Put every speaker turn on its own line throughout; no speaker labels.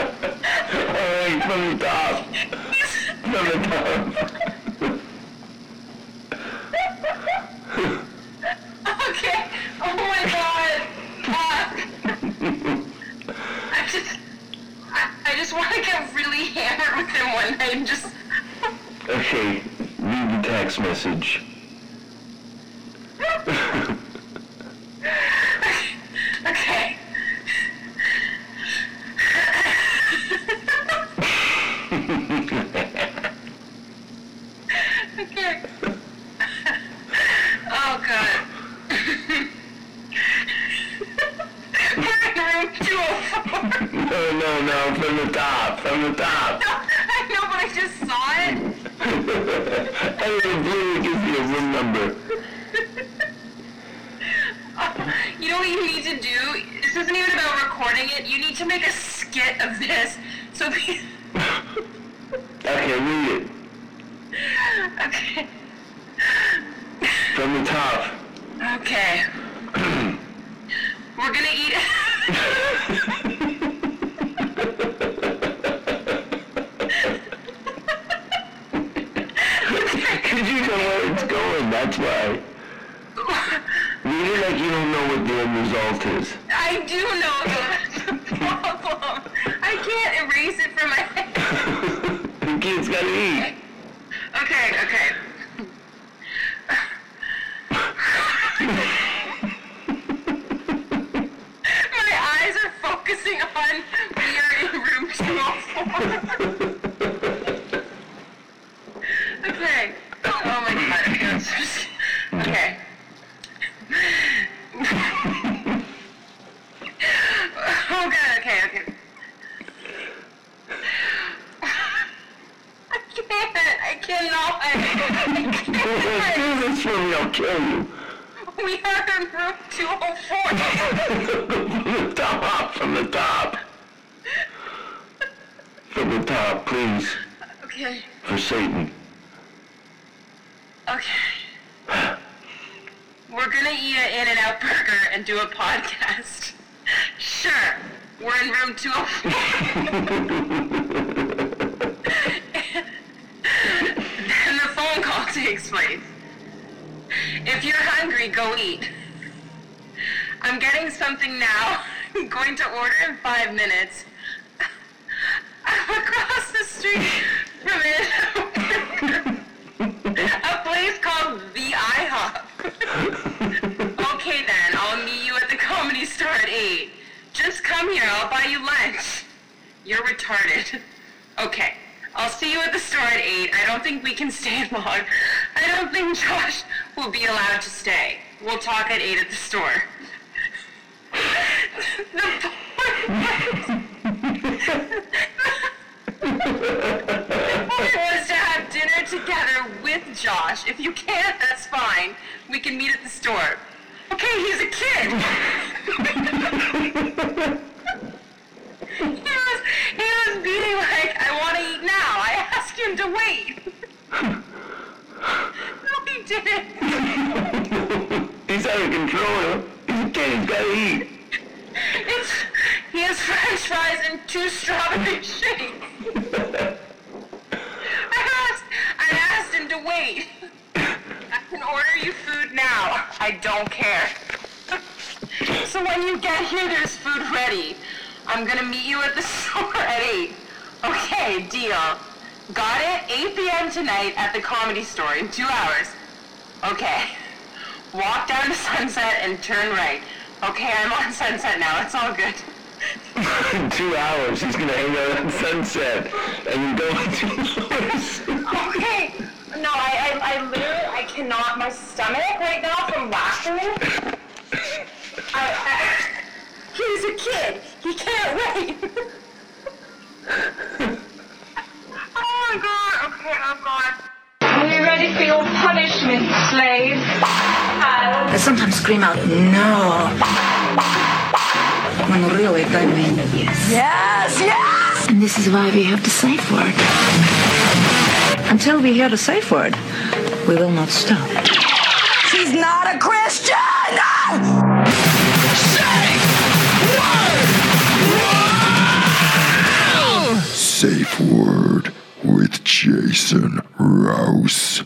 Hey, from the top. From the top.
Okay. Oh my god. Uh, I just, I, I just want to get really hammered with him one night and just.
okay, read the text message.
Okay. okay. oh god. We're in room 204.
no, no, no, from the top, from the top.
I know, but I just saw it.
hey, the blue gives you a room number.
You know what you need to do? This isn't even about recording it. You need to make a skit of this. So, pe-
Okay, read it.
okay.
From the top.
Okay. We're gonna eat.
Because you know where it's going, that's why. Read it like you don't know what the end result is.
I do know that that's the problem. I can't erase it from my head.
the kid's gotta eat.
Okay, okay. My eyes are focusing on we are in room 204. okay. Oh my god. I feel so sc- Okay. oh god, okay, okay. I can't. I cannot. I can't.
Do this for me, I'll kill you.
We are in room 204.
from the top, from the top. From the top, please.
Okay,
For Satan.
okay. We're gonna eat an In and Out burger and do a podcast. Sure, we're in room 204. then the phone call takes place. If you're hungry, go eat. I'm getting something now. I'm going to order in five minutes. I'm across the street from it. A place called the IHOP. okay then, I'll meet you at the comedy store at 8. Just come here, I'll buy you lunch. You're retarded. Okay, I'll see you at the store at 8. I don't think we can stay long. I don't think Josh will be allowed to stay. We'll talk at 8 at the store. the point was to have dinner together with Josh. If you can't, that's fine. We can meet at the store. Okay, he's a kid. he was he was being like, I want to eat now. I asked him to wait. no, he didn't.
He's out of control. He's a kid, he's gotta eat.
It's he has French fries and two strawberry shakes. I asked I asked him to wait. I can order you food now. I don't care. so when you get here, there's food ready. I'm gonna meet you at the store at 8. Okay, deal. Got it? 8 p.m. tonight at the comedy store in two hours. Okay. Walk down to Sunset and turn right. Okay, I'm on Sunset now. It's all good.
In two hours, he's gonna hang out at sunset and go into the
Okay. No, I, I, I literally, I cannot. My stomach right now from laughing. I, I, he's a kid. He can't wait. oh my god. Okay, I'm gone.
Are you ready for your punishment, slave?
I sometimes scream out, no. When really I mean, yes. Yes, yes! And this is why we have the safe word. Until we hear the safe word, we will not stop. She's not a Christian! no!
Safe Word with Jason Rouse.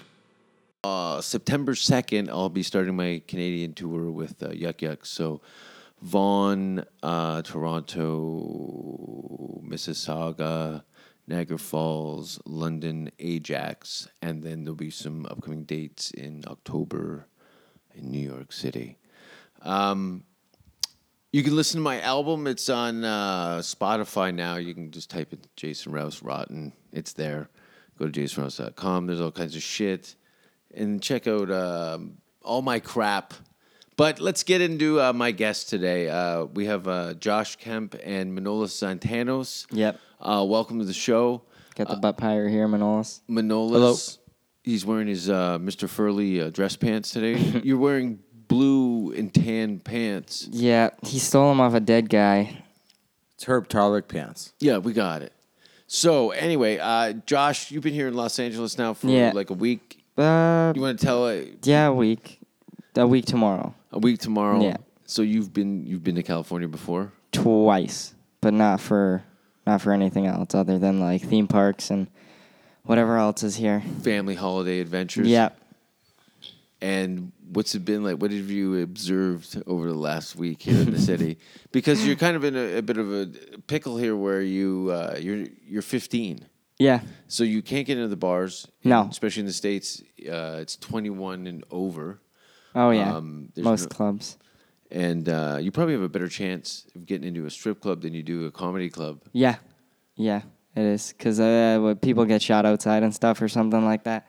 Uh, September 2nd, I'll be starting my Canadian tour with uh, Yuck Yuck. So, Vaughan, uh, Toronto, Mississauga, Niagara Falls, London, Ajax, and then there'll be some upcoming dates in October in New York City. Um, you can listen to my album. It's on uh, Spotify now. You can just type in Jason Rouse Rotten. It's there. Go to jasonrouse.com. There's all kinds of shit. And check out um all my crap. But let's get into uh, my guests today. Uh, we have uh, Josh Kemp and Manolis Santanos.
Yep.
Uh, welcome to the show.
Got the butt pyre here, Manolis.
Manolis. He's wearing his uh, Mr. Furley uh, dress pants today. You're wearing blue and tan pants.
Yeah, he stole him off a dead guy.
It's Herb Tarlick pants.
Yeah, we got it. So anyway, uh, Josh, you've been here in Los Angeles now for
Yeah.
like a week.
Uh,
You want to tell a,
yeah, a week. A week tomorrow.
a week tomorrow?
Yeah.
So you've been you've been to California before?
Twice, but not for not for anything else other than like theme parks and whatever else is here.
Family holiday adventures.
Yep.
And what's it been like? What have you observed over the last week here in the city? Because you're kind of in a, a bit of a pickle here, where you uh, you're you're 15.
Yeah.
So you can't get into the bars.
No.
Especially in the States, uh, it's 21 and over.
Oh yeah.
Um, there's
Most
no-
clubs.
And uh, you probably have a better chance of getting into a strip club than you do a comedy club.
Yeah. Yeah. It is because uh, when people get shot outside and stuff or something like that.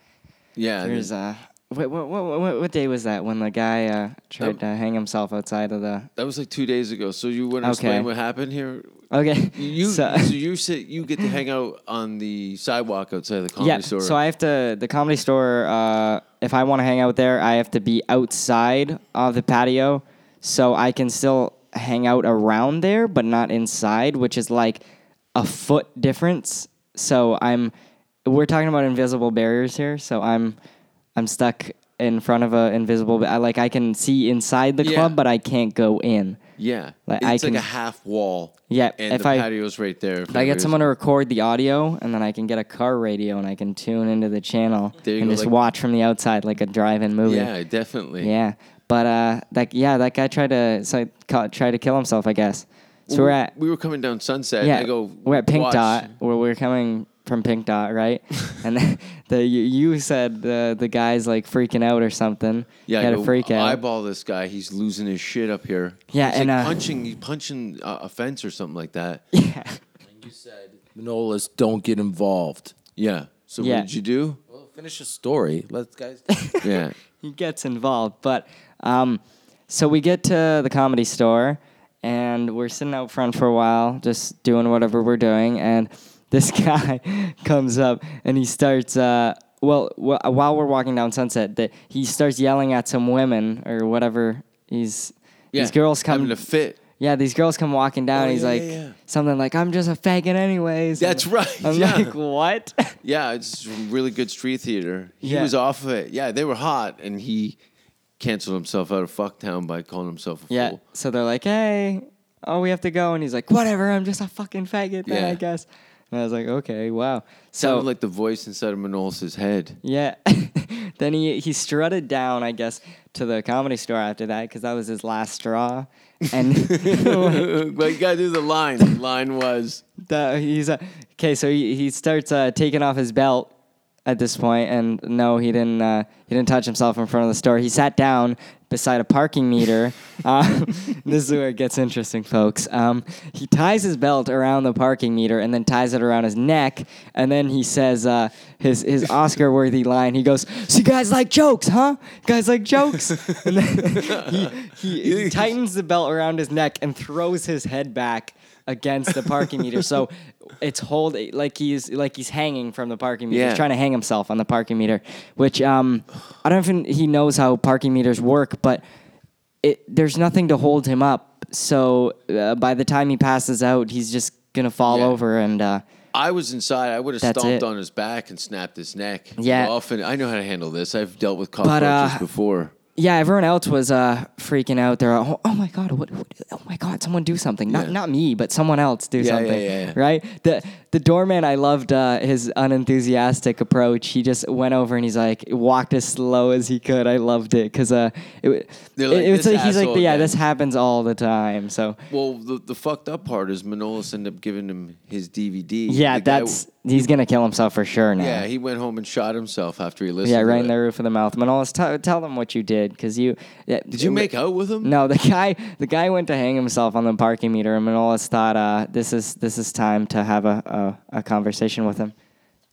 Yeah. and
There's uh, what what what what, what day was that when the guy uh, tried
Um,
to hang himself outside of the?
that was like two days ago. So you want to explain
Okay.
what happened here?
Okay.
You
So-
so, you sit you get to hang out on the sidewalk outside the comedy
yeah.
store.
So I have to the comedy store. Uh, if I want to hang out there, I have to be outside of the patio, so I can still hang out around there, but not inside, which is like a foot difference. So I'm, we're talking about invisible barriers here. So I'm, I'm stuck in front of a invisible. ba- I like I can see inside the
Yeah.
club, but I can't go in.
yeah,
Like,
it's
I
like
can-
a half wall.
Yeah,
and
if
the
I-
patio's right there.
I
anybody
get
was-
someone to record the audio, and then I can get a car radio, and I can tune into the channel
There you
and
go,
just
like-
watch from the outside like a drive-in movie.
Yeah, definitely.
yeah. But uh, like, yeah, that guy tried to so, ca- tried to kill himself, I guess. So we're at
We were coming down Sunset.
yeah,
and I go.
we're at Pink
watch-
Dot, where we're coming from Pink Dot, right? and then the you, you said the the guy's like freaking out or something.
Yeah,
he
I
had
go,
a freak out.
Eyeball this guy. He's losing his shit up here.
Yeah,
He's
and,
like
uh,
punching, he's punching uh, a fence or something like that.
You said Manolas don't get involved.
Yeah. So
Yeah.
what did you do?
Well, finish the story. Let's guys.
Yeah.
he gets involved. But um, so we get to the comedy store, and we're sitting out front for a while, just doing whatever we're doing. And this guy comes up and he starts. Uh, well, wh- while we're walking down Sunset, that he starts yelling at some women or whatever. He's
yeah.
these girls come.
having a fit.
yeah, these girls come walking down. and he's
yeah,
like
yeah, yeah.
something like, "I'm just a faggot, anyways."
That's
And
right,
I'm
yeah.
like, "What?"
Yeah, it's really good street theater. He
Yeah.
was off of it. Yeah, they were hot, and he canceled himself out of Fucktown by calling himself a
Yeah.
fool.
So they're like, hey, oh, we have to go. And he's like, whatever, I'm just a fucking faggot then,
Yeah.
I guess. And I was like, okay, wow. So,
Sounded like the voice inside of Manolis' head.
yeah. then he, he strutted down, I guess, to the comedy store after that because that was his last straw. And
but you gotta do the line. The line was
that he's uh, okay. So he, he starts uh, taking off his belt at this point, and no, he didn't. Uh, he didn't touch himself in front of the store. He sat down beside a parking meter. um, this is where it gets interesting, folks. Um, he ties his belt around the parking meter and then ties it around his neck, and then he says uh, his his Oscar-worthy line. He goes, "So you guys like jokes, huh? You guys like jokes?" and then he, he, he tightens the belt around his neck and throws his head back against the parking meter. So it's hold like he's like he's hanging from the parking meter.
Yeah.
He's trying to hang himself on the parking meter, which um I don't even he knows how parking meters work, but it there's nothing to hold him up. So uh, by the time he passes out, he's just gonna fall
Yeah.
over and uh
I was inside. I would have
That's
stomped
it.
on his back and snapped his neck.
Yeah.
Often I know how to handle this. I've dealt with
uh,
cockroaches before.
yeah, everyone else was uh, freaking out. They're all, oh my god, what, what- Oh my god, someone do something. Not
Yeah.
not me, but someone else do
yeah,
something.
yeah, yeah.
Right? The the doorman, I loved uh, his unenthusiastic approach. He just went over and he's like walked as slow as he could. I loved it because uh, it, w-
They're
it,
like,
it was
"This
like he's like
asshole
yeah,
again."
this happens all the time. So
Well, the, the fucked up part is Manolis ended up giving him his DVD.
yeah,
The guy-
that's he's gonna kill himself for sure now.
yeah, he went home and shot himself after he listened.
Yeah,
to
right in
it.
the roof of the mouth. Manolis, t- tell them what you did, because you.
Did you make out with him?
No, the guy, the guy went to hang himself on the parking meter, and Manolis thought, uh, "This is this is time to have a, a, a conversation with him."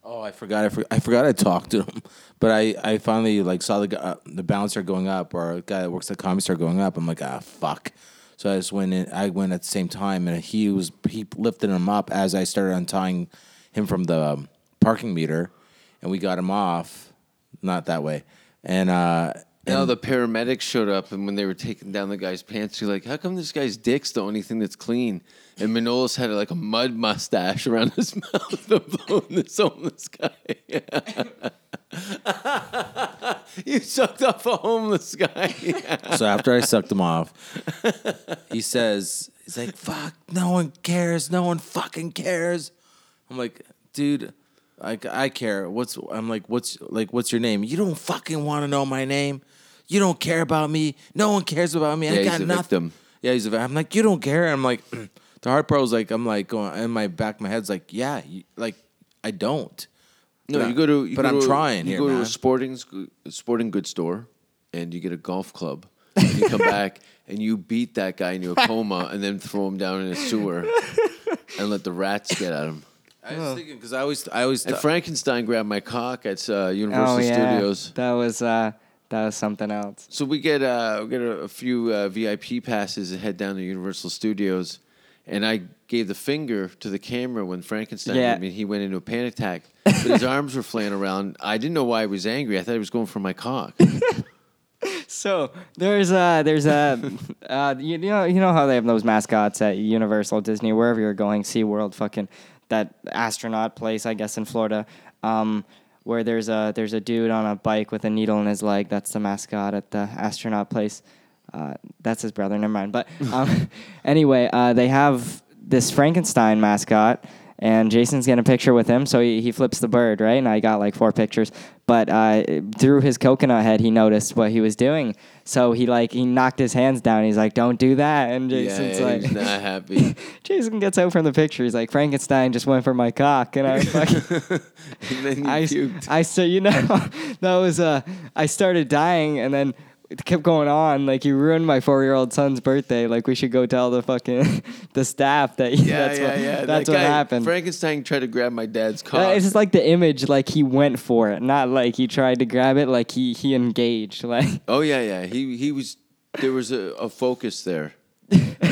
Oh, I forgot. I, for, I forgot I talked to him, but I, I finally like saw the gu- uh, the bouncer going up or a guy that works at the comedy store going up. I'm like, ah, fuck. So I just went in. I went at the same time, and he was he lifted him up as I started untying him from the um, parking meter, and we got him off. Not that way, and uh,
Now the paramedics showed up, and when they were taking down the guy's pants, you're like, "How come this guy's dick's the only thing that's clean?" And Manolis had like a mud mustache around his mouth of blowing this homeless guy. you sucked off a homeless guy.
so after I sucked him off, he says, he's like, fuck, no one cares. No one fucking cares. I'm like, dude, like I care. What's I'm like, what's like what's your name? You don't fucking want to know my name. You don't care about me. No one cares about me.
Yeah,
I
he's
got
a
nothing.
victim.
Yeah, he's a vi- I'm like, you don't care. I'm like, the hard part was like, I'm like going in my back, of my head's like, yeah, you, like I don't.
No,
But
you go to. You
but
go
I'm
to a-
trying
You
here,
go to
man.
a sporting sc- sporting goods store, and you get a golf club. And you come back and you beat that guy into a coma, and then throw him down in a sewer, and let the rats get at him.
I was thinking because I always, I always.
And Frankenstein grabbed my cock at uh, Universal
oh yeah,
Studios.
that was uh, that was something else.
So we get uh, we get a, a few uh, VIP passes and head down to Universal Studios, and I gave the finger to the camera when Frankenstein.
Yeah.
I mean, he went into a panic attack, but his arms were flaying around. I didn't know why he was angry. I thought he was going for my cock.
So there's a there's a uh, you, you know you know how they have those mascots at Universal, Disney, wherever you're going, SeaWorld, fucking that astronaut place, I guess in Florida, um, where there's a there's a dude on a bike with a needle in his leg. That's the mascot at the astronaut place. Uh, that's his brother. Never mind. But um, anyway, uh, they have this Frankenstein mascot, and Jason's getting a picture with him. So he, he flips the bird, right? And I got like four pictures. But uh, through his coconut head, he noticed what he was doing. So he like he knocked his hands down. He's like, "Don't do that." And Jason's
yeah,
like,
he's not happy.
Jason gets out from the picture. He's like, "Frankenstein just went for my cock," and I was like.
and then he
I,
puked.
I so you know that was uh I started dying and then it kept going on like you ruined my four year old son's birthday like we should go tell the fucking the staff that
yeah,
that's
yeah,
what
yeah. That
that's what
guy,
happened.
Frankenstein tried to grab my dad's cock.
Uh, it's just like the image like he went for it not like he tried to grab it like he he engaged like
Oh yeah, yeah. He he was there was a, a focus there.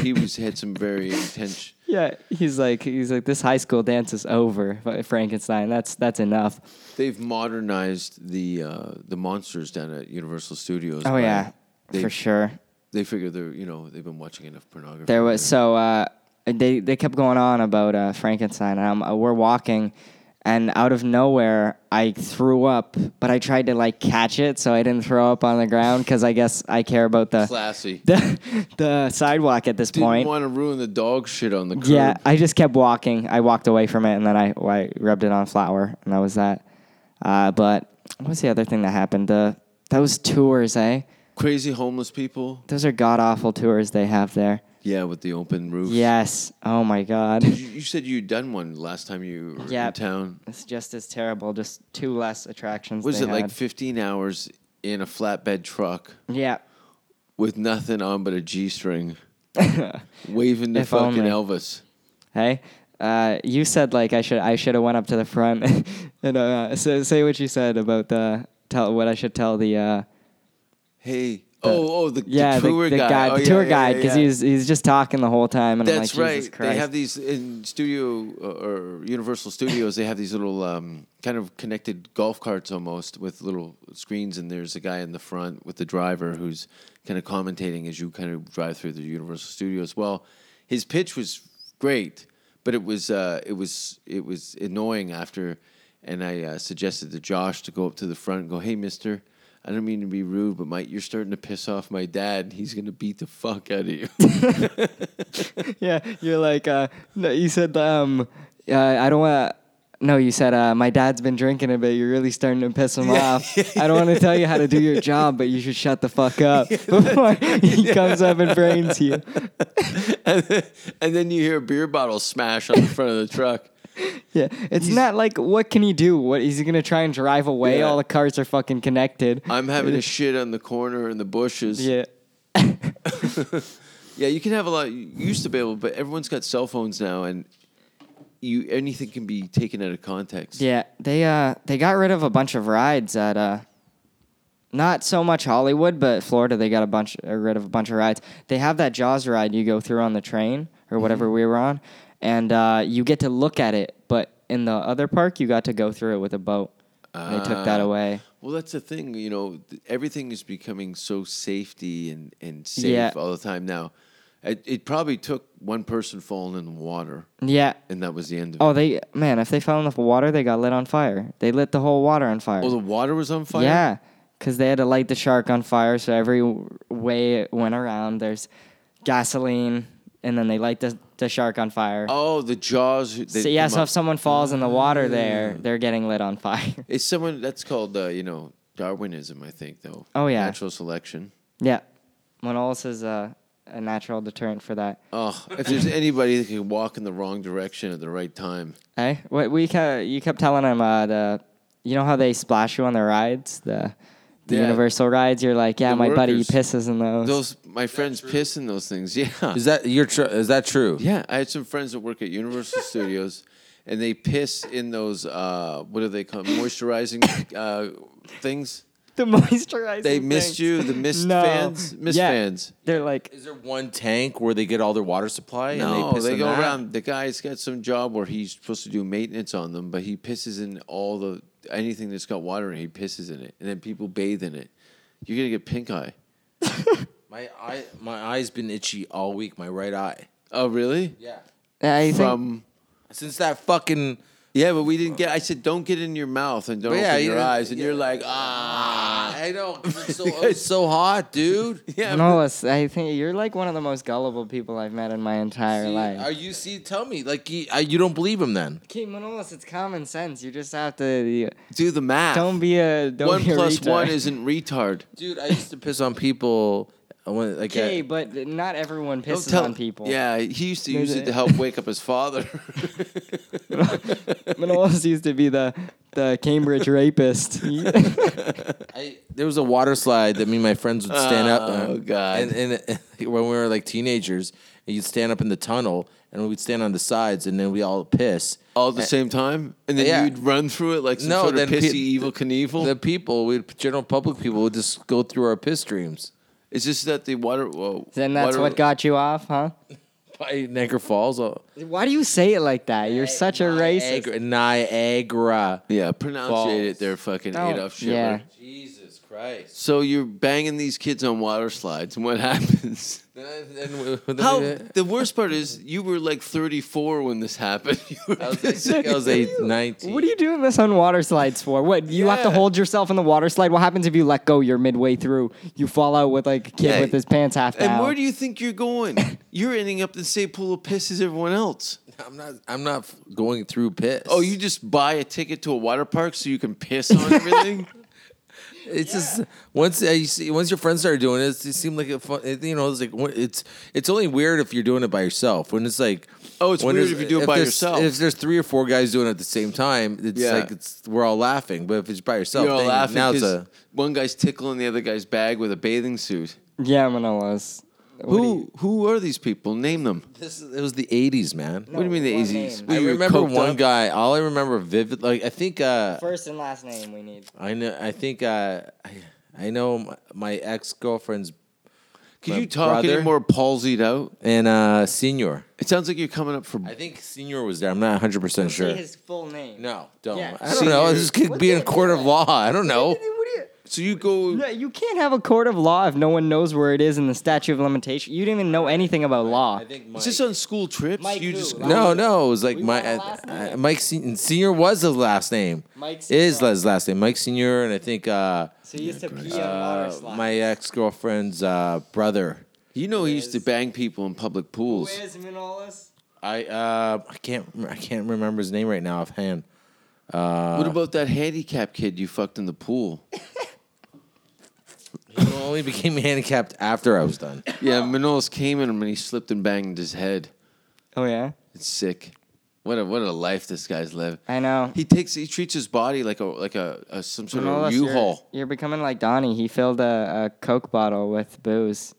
he was had some very intense.
yeah he's like he's like this high school dance is over Fra- Frankenstein that's that's enough
They've modernized the uh, the monsters down at Universal Studios.
oh
by-
yeah
they,
for sure
They figure they're you know they've been watching enough pornography.
There was
They're-
so uh, they they kept going on about uh, Frankenstein. And i we're walking, and out of nowhere, I threw up. But I tried to like catch it, so I didn't throw up on the ground because I guess I care about the
classy.
the, the sidewalk at this
Didn't
point.
want to ruin the dog shit on the curb.
Yeah, I just kept walking. I walked away from it, and then I, I rubbed it on flour, and that was that. Uh, but what was the other thing that happened? The those tours, eh?
Crazy homeless people.
Those are god awful tours they have there.
Yeah, with the open roofs.
Yes. Oh my god.
You, you said you'd done one last time you were
Yeah.
in town.
It's just as terrible. Just two less attractions.
Was
they
it like
had.
15 hours in a flatbed truck?
yeah,
with nothing on but a G string, waving to
If
fucking
only.
Elvis.
hey, uh, you said like I should I should have went up to the front and uh, say, say what you said about the tell what I should tell the uh,
Hey, oh, oh, the,
yeah
the tour
the,
guide,
guy
Oh,
the
yeah,
tour
yeah,
guide
yeah,
because
yeah.
he's he's just talking the whole time and
That's
I'm like Jesus
right. They
Christ.
have these in studio uh, or Universal Studios. They have these little um, kind of connected golf carts almost with little screens, and there's a guy in the front with the driver who's kind of commentating as you kind of drive through the Universal Studios. Well, his pitch was great, but it was uh, it was it was annoying after, and I uh, suggested to Josh to go up to the front and go, "Hey, Mister." I don't mean to be rude, but my you're starting to piss off my dad. and He's gonna beat the fuck out of you.
Yeah, you're like, uh, no, you said, um, uh, I don't want. No, you said uh, my dad's been drinking a bit. You're really starting to piss him off. I don't want to tell you how to do your job, but you should shut the fuck up before he comes up and brains you.
and then you hear a beer bottle smash on the front of the truck.
Yeah, it's not like what can he do? What is he gonna try and drive away?
Yeah.
All the cars are fucking connected.
I'm having a shit on the corner in the bushes.
yeah,
Yeah, you can have a lot. You used to be able, but everyone's got cell phones now, and you anything can be taken out of context.
yeah. They uh they got rid of a bunch of rides at uh, not so much Hollywood, but Florida. They got a bunch uh, rid of a bunch of rides. They have that Jaws ride you go through on the train or
Mm-hmm.
whatever we were on, and uh, you get to look at it. But in the other park, you got to go through it with a boat. they took that
Ah.
away.
Well, that's the thing. You know, th- everything is becoming so safety and and safe
Yeah.
all the time now. It, it probably took one person falling in the water,
Yeah.
and that was the end of
Oh,
it.
they man, if they fell in the water, they got lit on fire. They lit the whole water on fire.
Oh, the water was on fire.
Yeah, because they had to light the shark on fire, so every w- way it went around, there's gasoline, and then they light the, the shark on fire.
Oh, the jaws. who- they
so, yeah,
come
so
up- Oh,
if someone falls in the water there, they're getting lit on fire.
it's someone that's called uh, you know Darwinism, I think though.
Oh, yeah.
natural selection.
yeah, Manolis is a, a natural deterrent for that.
Oh, if there's anybody that can walk in the wrong direction at the right time,
Hey, what we kept, you kept telling him uh, the, you know how they splash you on the rides, the, the
Yeah.
universal rides. You're like, yeah,
The
my buddy he
workers.
pisses in those.
those my friends piss in those things. Yeah,
Is that your? Tr- is that true?
Yeah, I had some friends that work at Universal Studios, and they piss in those uh, what are they called moisturizing uh, things.
the moisturizer.
They missed you, the missed
No.
fans, missed
Yeah.
fans.
They're like,
Is there one tank where they get all their water supply? and
No,
they, piss
they,
in
go
that?
around. The guy's got some job where he's supposed to do maintenance on them, but he pisses in all the anything that's got water in it. He pisses in it, and then people bathe in it. You're gonna get pink eye.
My eye, my eye's been itchy all week. My right eye.
Oh, really?
Yeah.
I think
From
Since that fucking.
yeah, but we didn't get. I said, don't get in your mouth and don't
But yeah,
open
you
your
didn't-
eyes, and
yeah.
you're like, ah.
I know. 'cause It's so, it's so hot, dude.
Yeah,
No, it's- I think you're like one of the most gullible people I've met in my entire
See,
life.
Are you see? Tell me, like you, I, you don't believe him then?
Okay, Manolis, it's common sense. You just have to you-
do the math.
don't be a don't
one
be a
plus
retard.
one isn't retard.
Dude, I used to piss on people. I went like
okay,
I,
but not everyone
Don't
pisses on people.
Yeah, he used to
There's
use it
a-
to help wake up his father.
Manolis used to be the the Cambridge rapist.
I- there was a water slide that me and my friends would stand up.
Oh, God.
And, and when we were like teenagers, and you'd stand up in the tunnel, and we'd stand on the sides, and then we all piss.
All at the same time, and then
Yeah.
you'd run through it like some
No,
sort of
then
pissy
pe-
evil Knievel.
The people, we general public people, would just go through our piss streams
it's just that the water. Whoa,
then that's
water-
what got you off, huh?
by Niagara Falls. Oh,
Why do you say it like that? You're such a racist.
Niagara. Niagara.
Yeah, pronunciate it there, fucking
Don't-
Adolf Hitler.
yeah.
Jesus Christ.
So you're banging these kids on water slides, and what happens? How the worst part is you were like 34 when this happened. You were
I was, like, I was like 19.
What are you doing this on water slides for? What you have to
Yeah.
hold yourself in the water slide? What happens if you let go? You're midway through. You fall out with like a kid
Yeah.
with his pants half down.
And where do you think you're going? You're ending up in the same pool of piss as everyone else.
I'm not. I'm not f- going through piss.
Oh, you just buy a ticket to a water park so you can piss on everything?
It's just once uh, you see once your friends start doing it, it seemed like a fun. It, you know, it's like when- it's it's only weird if you're doing it by yourself. When it's like
Oh, it's
when
weird
there's-
if you do it by
there's-
yourself.
If there's three or four guys doing it at the same time, it's
Yeah.
like it's we're all laughing. But if it's by yourself,
You're all
then
laughing
Now it's
'cause
a
one guy's tickling the other guy's bag with a bathing suit.
Yeah, Manolas. What do you-
Who who are these people? Name them.
this. Is, it was the '80s, man.
what do you mean the
one
80s?
name.
Were
I
you
remember
coked
one
up?
guy. All I remember vivid, like I think. uh
First and last name we need.
I know. I think. uh I, I know my, my ex girlfriend's
Could
my
you talk any
brother.
more palsied out?
and uh senior.
It sounds like you're coming up for.
I think senior was there. I'm not 100 percent sure.
His full name.
No, don't.
Yeah.
I don't know. This could be in court of law. I don't know.
What do you-
So you go.
Yeah, you can't have a court of law if no one knows where it is in the statute of limitation. You didn't even know anything about law.
Is this on school trips?
Mike
you
who?
just
No, no, it was like
We
my
want a last
uh, uh, Mike Sen- Senior was his last name.
Mike
is
Senior.
his last name. Mike Senior, and I think uh,
So you used to pee on water
uh,
slide.
my ex girlfriend's uh, brother.
You know he used to bang people in public
Who
pools.
is Manolis?
I uh, I can't I can't remember his name right now offhand.
what about that handicapped kid you fucked in the pool?
He only became handicapped after I was done.
Yeah, Manolis came in him and he slipped and banged his head.
Oh yeah,
It's sick. What a what a life this guy's lived.
I know.
He takes he treats his body like a like a, a some sort
Manolis,
of
you're-
U-Haul.
You're, becoming like Donnie. He filled a, a Coke bottle with booze.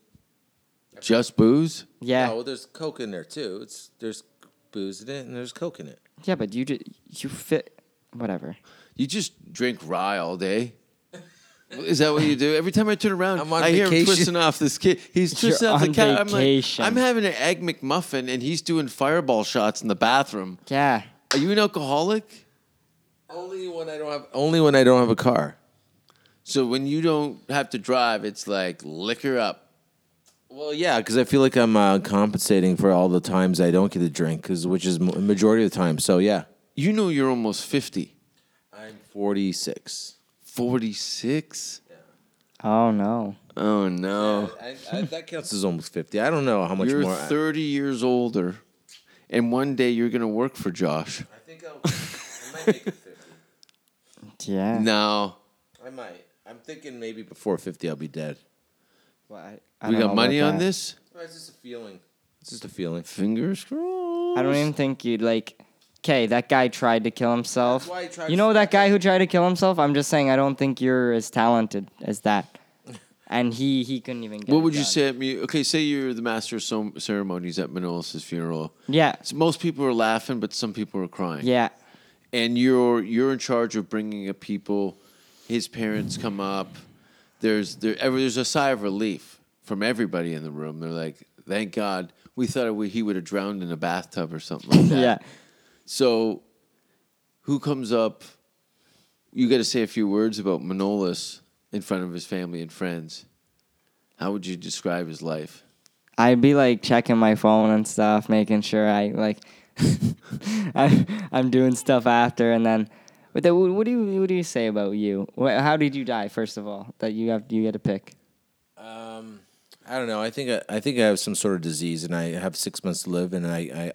Just booze?
Yeah,
Oh, there's coke in there too. It's there's booze in it and there's coke in it.
yeah, but you just you fit whatever.
You just drink rye all day. Is that what you do? Every time I turn around,
I'm on
I hear him
vacation.
twisting off this kid. He's
You're
twisting off
on
the cat. I'm like,
vacation.
I'm having an egg McMuffin, and he's doing fireball shots in the bathroom.
Yeah,
Are you an alcoholic?
Only when I don't have only when I don't have a car.
So when you don't have to drive, it's like liquor up.
Well, yeah, because I feel like I'm uh, compensating for all the times I don't get to drink, 'cause- which is m- majority of the time. So yeah,
You know you're almost 50.
I'm 46.
46?
Oh no.
Oh no.
I, I, that counts as almost 50. I don't know how much
You're
more.
30 years older, and one day you're going to work for Josh.
Eh.
I, I think I'll, I might make it 50.
Yeah.
No.
I might. I'm thinking maybe before 50 I'll be dead.
Well, I- I
We
don't know
got money
about
on
that.
this?
It's just a feeling. It's just a feeling.
Fingers crossed.
I don't even think you'd like. Okay, that guy tried to kill himself.
That's why he tried
you
to
know that
stop
guy who tried to kill himself? I'm just saying, I don't think you're as talented as that. And he he couldn't even. Get
What
it
would you
done.
say at me? Okay, say you're the master of some ceremonies at Manolis' funeral.
Yeah,
So most people are laughing, but some people are crying.
yeah,
and you're you're in charge of bringing up people. His parents come up. There's there ever there's a sigh of relief from everybody in the room. They're like, "Thank God, we thought we, he would have drowned in a bathtub or something like that."
yeah.
So, who comes up? You got to say a few words about Manolis in front of his family and friends. How would you describe his life?
I'd be like checking my phone and stuff, making sure I like. I'm I'm doing stuff after, and then. But then, what do you what do you say about you? Wh- How did you die? First of all, that you have you had to pick.
I don't know. I think I, I think I have some sort of disease and I have six months to live and I, I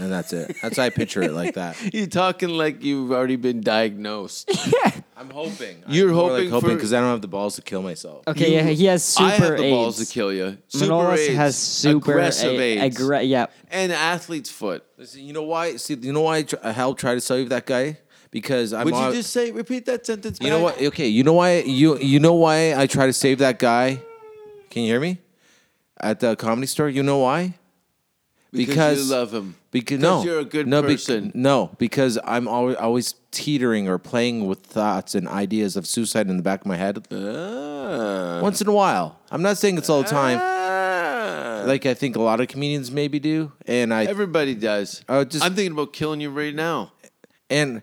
and that's it. That's how I picture it like that.
You talking like you've already been diagnosed.
I'm hoping.
You're
I'm more like
hoping
hoping
for-
because I don't have the balls to kill myself.
Okay, yeah, he has super
I have the balls to
AIDS.
kill you. Super
Manolis
AIDS.
has super
aggressive
a-
AIDS
aggre- yeah.
and athlete's foot.
Listen, you know why? See, you know why I tr- I helped try to sell you that guy because I'm.
Would
al-
you just say repeat that sentence?
You know what? Okay, you know why you you know why I try to save that guy? Can you hear me? At the comedy store, you know why?
Because,
Because-
you love him.
Because no,
you're a good
no, bec-
person.
no, because I'm always always teetering or playing with thoughts and ideas of suicide in the back of my head.
Ah.
Once in a while, I'm not saying it's all the
Uh.
time.
Ah.
Like I think a lot of comedians maybe do, and I
everybody does.
I would just-
I'm thinking about killing you right now.
And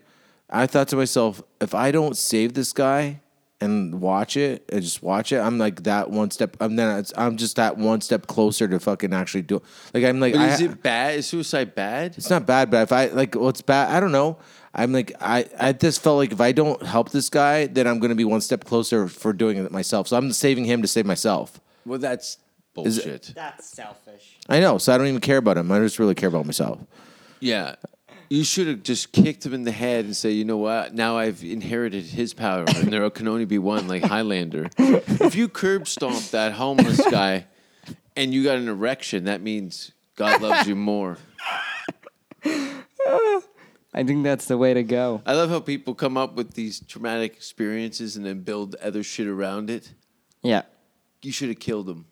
I thought to myself, if I don't save this guy and watch it and just watch it, I'm like that one step. I'm then it's- I'm just that one step closer to fucking actually do it. Like I'm like,
But
I,
is it bad? Is suicide bad?
it's not bad, but if I like, well, it's bad. I don't know. I'm like, I I just felt like if I don't help this guy, then I'm gonna be one step closer for doing it myself. So I'm saving him to save myself.
Well, that's
Is it-
bullshit.
That's selfish.
I know, so I don't even care about him. I just really care about myself.
yeah. You should have just kicked him in the head and say, you know what? Now I've inherited his power, and there can only be one, like Highlander. if you curb stomp that homeless guy, and you got an erection, that means God loves you more.
I think that's the way to go.
I love how people come up with these traumatic experiences and then build other shit around it.
Yeah.
You should have killed him.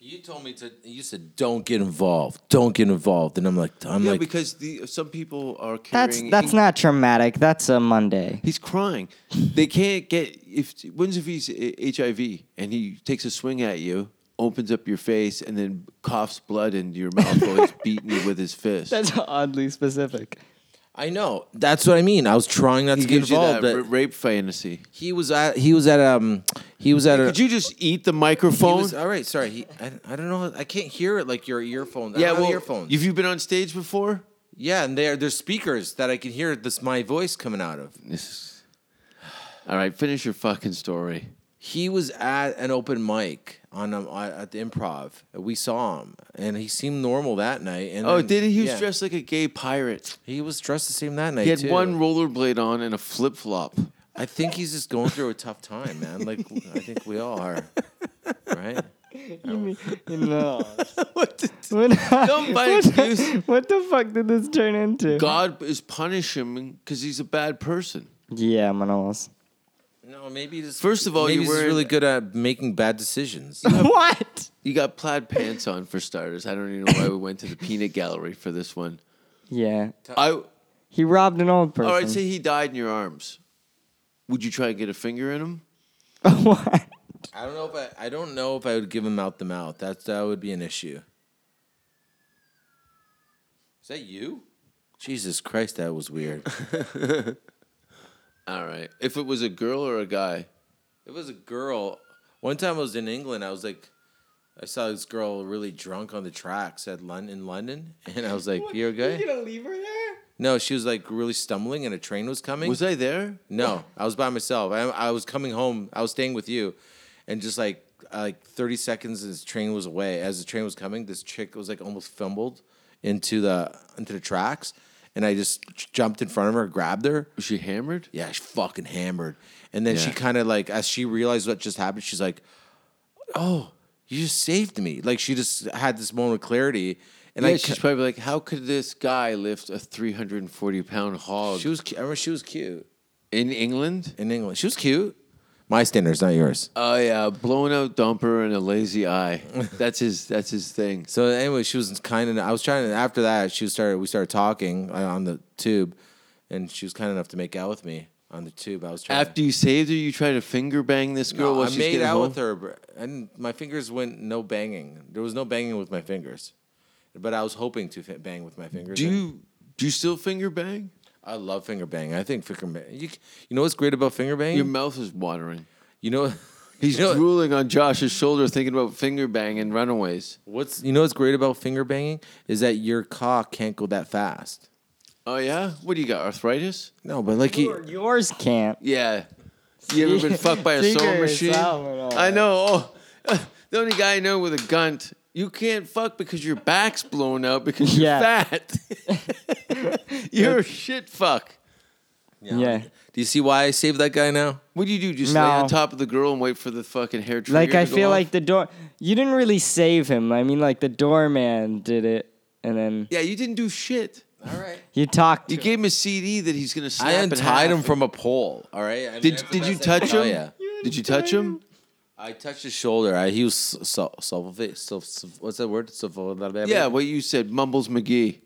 You told me to. You said don't get involved. Don't get involved. And I'm like, I'm
yeah,
like,
because the, some people are
That's
carrying.
that's not traumatic. That's a Monday.
He's crying. They can't get if when's if he's I- HIV and he takes a swing at you, opens up your face, and then coughs blood into your mouth while he's beating you with his fist.
oddly specific.
I know. That's what I mean. I was trying not
He
to get
gives you
involved.
that
but
ra- rape fantasy.
he was at. He was at. Um. He was at. a,
Could you just eat the
he
microphone?
was, all right. Sorry. He, I, I don't know. I can't hear it like your earphones. I
yeah,
don't have
well,
earphones.
Have you been on stage before?
yeah, and there there's speakers that I can hear this my voice coming out of.
This is... All right, finish your fucking story.
he was at an open mic on um, uh, at the improv. We saw him, and he seemed normal that night. And
Oh,
then-
did he? He was
yeah.
dressed like a gay pirate.
He was dressed the same that night.
He had
too. Mm-hmm.
one rollerblade on and a flip flop.
I think he's just going through a tough time, man. Like I think we all are, right?
No.
What did-
What,
Don't buy
what,
excuse.
what the fuck did this turn into?
God is punishing him because he's a bad person.
Yeah, Manolos.
No, maybe just
First of all,
maybe
you
he's
were
really good at making bad decisions.
What?
You got plaid pants on for starters. I don't even know why we went to the peanut gallery for this one.
Yeah.
I all
He robbed an old person.
right. Say he died in your arms. Would you try and get a finger in him?
what?
I don't know if I, I don't know if I would give him mouth to mouth. That's that would be an issue. Is that you? Jesus Christ, that was weird.
All right. If it was a girl or a guy,
It was a girl. One time I was in England. I was like, I saw this girl really drunk on the tracks at London, in London, and I was like, "You're good." You gonna leave her there? No, she was like really stumbling, and a train was coming.
was I there?
No, I was by myself. I, I was coming home. I was staying with you, and just like like thirty seconds, as the train was away. As the train was coming, this chick was like almost fumbled into the into the tracks, and I just j- jumped in front of her, grabbed her,
Was she hammered?
yeah, she's fucking hammered. And then she
Yeah.
kind of like, as she realized what just happened, she's like, oh, you just saved me. Like she just had this moment of clarity. And
Yeah,
I,
she's probably like, how could this guy lift a 340 pound hog
she was, cu- I remember she was cute
in England?
in England. She was cute. My standards, not yours.
Oh yeah, blown out dumper and a lazy eye. That's his. That's his thing.
So anyway, she was kind of. I was trying to. After that, she was started. We started talking uh, on the tube, and she was kind enough to make out with me on the tube. I was trying.
After you saved her, you tried to finger bang this girl.
No,
while
I
she's
made
getting
out
home?
with her, but and my fingers went no banging. There was no banging with my fingers, but I was hoping to fi- bang with my fingers.
Do
and
you do you still finger bang?
I love finger bang. I think finger bang. You, c- you know what's great about finger bang?
Your mouth is watering.
you know,
He's
you know,
drooling on Josh's shoulder, thinking about finger bang and runaways.
what's you know what's great about finger banging is that your cock can't go that fast.
Oh yeah, what do you got? Arthritis?
No, but like you,
Yours can't.
Yeah. You ever been fucked by a
Figure
sewing
it
machine?
out and all
I know. Oh, the only guy I know with a gunt. You can't fuck because your back's blown out because you're
Yeah.
fat. you're a shit fuck.
Yeah.
do you see why I saved that guy now?
What do you do? Just lay on
No.
top of the girl and wait for the fucking hair trigger
Like I
to go
feel
off?
like the door. You didn't really save him. I mean, like the doorman did it, and then
Yeah, you didn't do shit.
All right.
you talked.
You gave him a CD that he's gonna snap
I
in half.
untied him from a pole. All right. I mean,
Did
that's the
did you
best I
touch
can-
him?
Oh, yeah.
Did you touch him?
I touched his shoulder. I, he was so, so, so, so, what's that word? So,
Yeah, what you said, Mumbles McGee.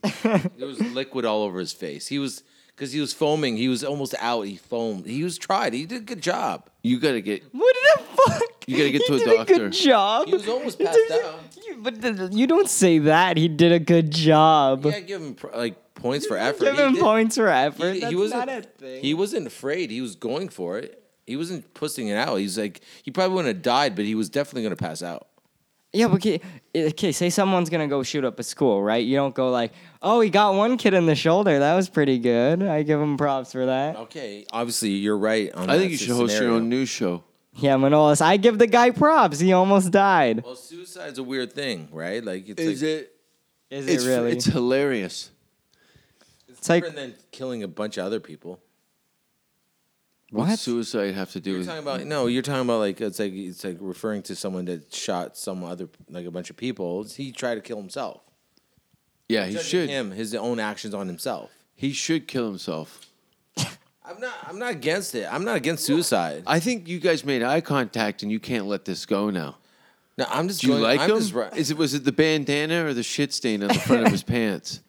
There was liquid all over his face. He was because he was foaming. He was almost out. He foamed. He was tried. He did a good job.
You gotta get.
What the fuck?
You gotta get
He
to a
did
doctor.
good job.
He was almost
He
passed
did-
out.
you- but th- you don't say that. He did a good job.
Yeah, give him pr- like points for effort.
Give
He
him
did-
points for
he-
effort.
He,
That's
wasn't.
not a thing.
He wasn't afraid. He was going for it. He wasn't pussing it out. He's like he probably wouldn't have died, but he was definitely going to pass out.
Yeah, but okay, eh, okay, say someone's gonna go shoot up a school, right? You don't go like, oh, he got one kid in the shoulder. That was pretty good. I give him props for that.
Okay, obviously you're right. On
I
that
think you should host your
scenario.
own news show.
Yeah, Manolis, I give the guy props. He almost died.
Well, suicide's a weird thing, right? Like it's
Is
like,
it?
Is
It's
it really?
it's hilarious.
it's like,
different than killing a bunch of other people.
What
What?
does suicide have to do
You're
with?
talking about no. You're talking about like it's like it's like referring to someone that shot some other like a bunch of people. He tried to kill himself.
yeah, he
Judging
should.
him his own actions on himself.
He should kill himself.
I'm not. I'm not against it. I'm not against suicide.
I think you guys made eye contact, and you can't let this go now.
No, I'm just.
Do you
going,
like
I'm
him?
just ri-
Is it was it the bandana or the shit stain on the front of his pants?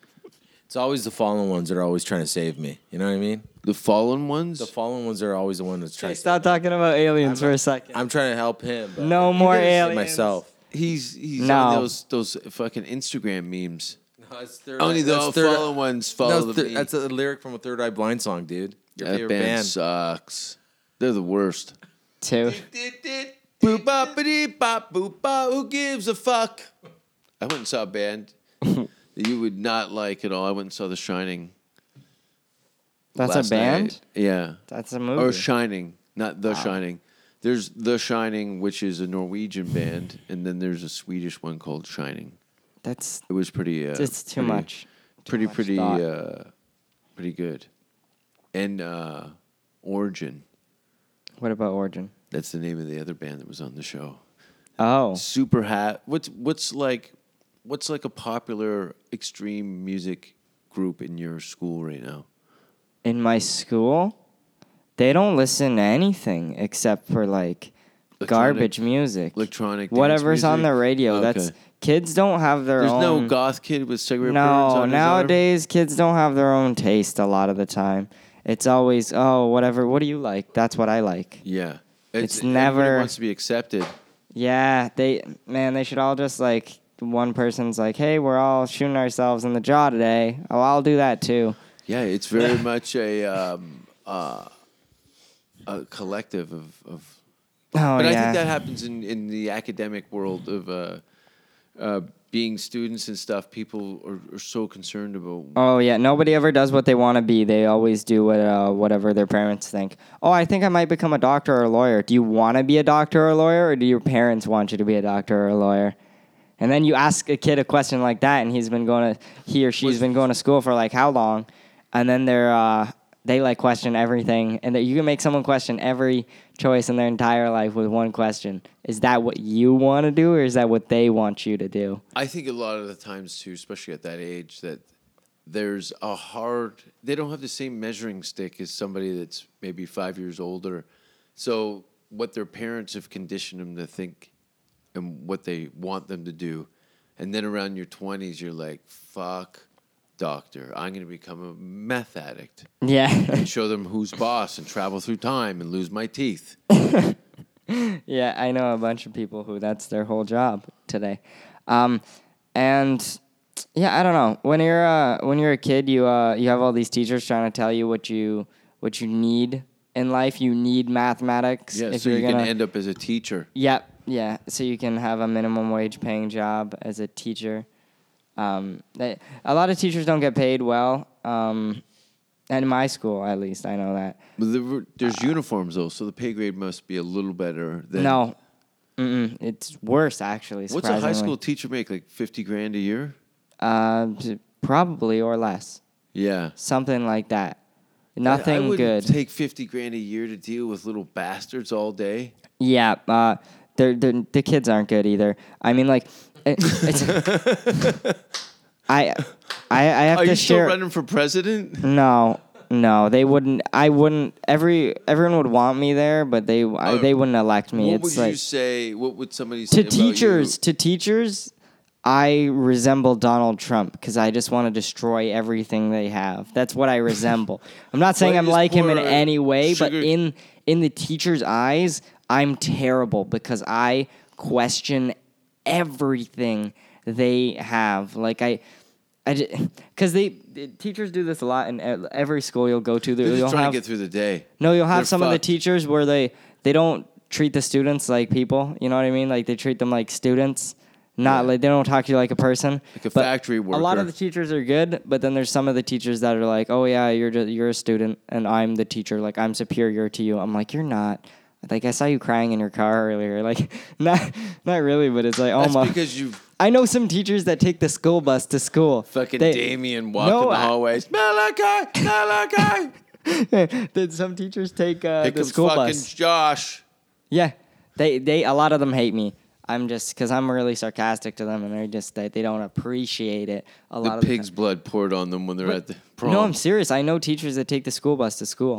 It's always the fallen ones that are always trying to save me. You know what I mean?
The fallen ones.
The fallen ones are always the one that's trying.
okay,
to
stop talking about aliens for a second.
I'm trying to help him. But
No
I'm
more
gonna save
aliens.
Myself.
he's he's
No.
on those those fucking Instagram memes.
That's third
Only the
that's
follow ones follow
that's,
the
thir-
beat.
that's a lyric from a Third Eye Blind song, dude. Your
that band,
favorite band.
sucks. They're the worst.
too.
Boop bop dee bop boop bop. Who gives a fuck? I went and saw a band that you would not like at all. I went and saw The Shining.
That's
last
a band.
night. Oh, Yeah.
That's a
Or
movie.
Shining, not The Shining. There's The Shining, which is a Norwegian band, and then there's a Swedish one called Shining.
That's
It was pretty. Uh,
it's too
pretty-
much.
Pretty
much
pretty
thought.
uh, pretty good. And uh, Origin.
What about Origin?
That's the name of the other band that was on the show.
Oh,
Super hat. What's what's like? What's like a popular extreme music group in your school right now?
in my school, they don't listen to anything except for like
Electronic-
garbage music,
electronic dance
whatever's on the
music?
radio. That's
Okay.
kids don't have their
There's
own.
no goth kid with cigarette burns
no,
on his arm?
nowadays kids don't have their own taste a lot of the time. It's always oh whatever. What do you like? That's what I like.
Yeah,
It's
everybody
never-
wants to be accepted.
Yeah, they man, they should all just like one person's like, hey, we're all shooting ourselves in the jaw today. Oh, I'll do that too.
Yeah, it's very much a um, uh, a collective of. of
Oh
but
yeah.
I think that happens in, in the academic world of uh, uh, being students and stuff. People are, are so concerned about
Oh yeah, nobody ever does what they want to be. They always do what uh, whatever their parents think. Oh, I think I might become a doctor or a lawyer. Do you want to be a doctor or a lawyer, or do your parents want you to be a doctor or a lawyer? And then you ask a kid a question like that, and he's been going to he or she's been going to school for like how long, and then they're uh, they like question everything, and that you can make someone question every choice in their entire life with one question. Is that what you want to do, or is that what they want you to do?
I think a lot of the times too, especially at that age, that there's a hard. They don't have the same measuring stick as somebody that's maybe five years older. So what their parents have conditioned them to think, and what they want them to do, and then around your twenties, you're like, "Fuck, doctor, I'm going to become a meth addict."
Yeah,
and Show them who's boss and travel through time and lose my teeth.
Yeah, I know a bunch of people who that's their whole job today. Um, and yeah, I don't know. When you're uh, when you're a kid, you uh, you have all these teachers trying to tell you what you what you need in life. You need mathematics.
Yeah,
if
so
you're
you
gonna,
can end up as a teacher.
Yep. Yeah. So you can have a minimum wage paying job as a teacher. Um, they, a lot of teachers don't get paid well. Um, at my school, at least, I know that.
But there- there's uniforms though, so the pay grade must be a little better than
Ah. no, Mm-mm, it's worse actually.
What's a high
surprisingly.
school teacher make? Like fifty grand a year?
Uh, d- probably or less,
Yeah.
something like that. Nothing
I, I
good.
Take fifty grand a year to deal with little bastards all day.
yeah, uh, they're, they're, the kids aren't good either. I mean, like, it, it's, I, I, I have
Are
to
you still
share.
running for president?
no, no, they wouldn't. I wouldn't. Every everyone would want me there, but they I, they wouldn't elect me.
Oh. What
it's
would
like
you say? What would somebody say
to
about you?
teachers to teachers i resemble donald trump because i just want to destroy everything they have that's what i resemble i'm not saying
Well,
i'm
you
like him in
poor
any way
sugar-
but in in the teacher's eyes i'm terrible because i question everything they have like i I because they the teachers do this a lot in e- every school you'll go to.
They're
you'll
just trying
have-
to get through the day.
no, you'll have
They're
some of the
fucked.
teachers where they they don't treat the students like people. You know what I mean? Like they treat them like students, not like they don't talk to you like a person.
Like a factory
A lot
worker.
of the teachers are good, but then there's some of the teachers that are like, "Oh yeah, you're just, you're a student, and I'm the teacher. Like I'm superior to you." I'm like, "You're not." Like I saw you crying in your car earlier. Like not not really, but it's like
That's
almost.
because you
I know some teachers that take the school bus to school.
fucking
They-
Damien walked
No,
in the
I-
hallways. Malachi, Malachi.
That some teachers take uh,
Here
the
comes
school
fucking
bus.
Josh.
Yeah, they they a lot of them hate me. I'm just because I'm really sarcastic to them, and they're just they, they don't appreciate it. A lot
The
of the
pig's blood poured on them when they're at the
time.
prom.
No, I'm serious. I know teachers that take the school bus to school.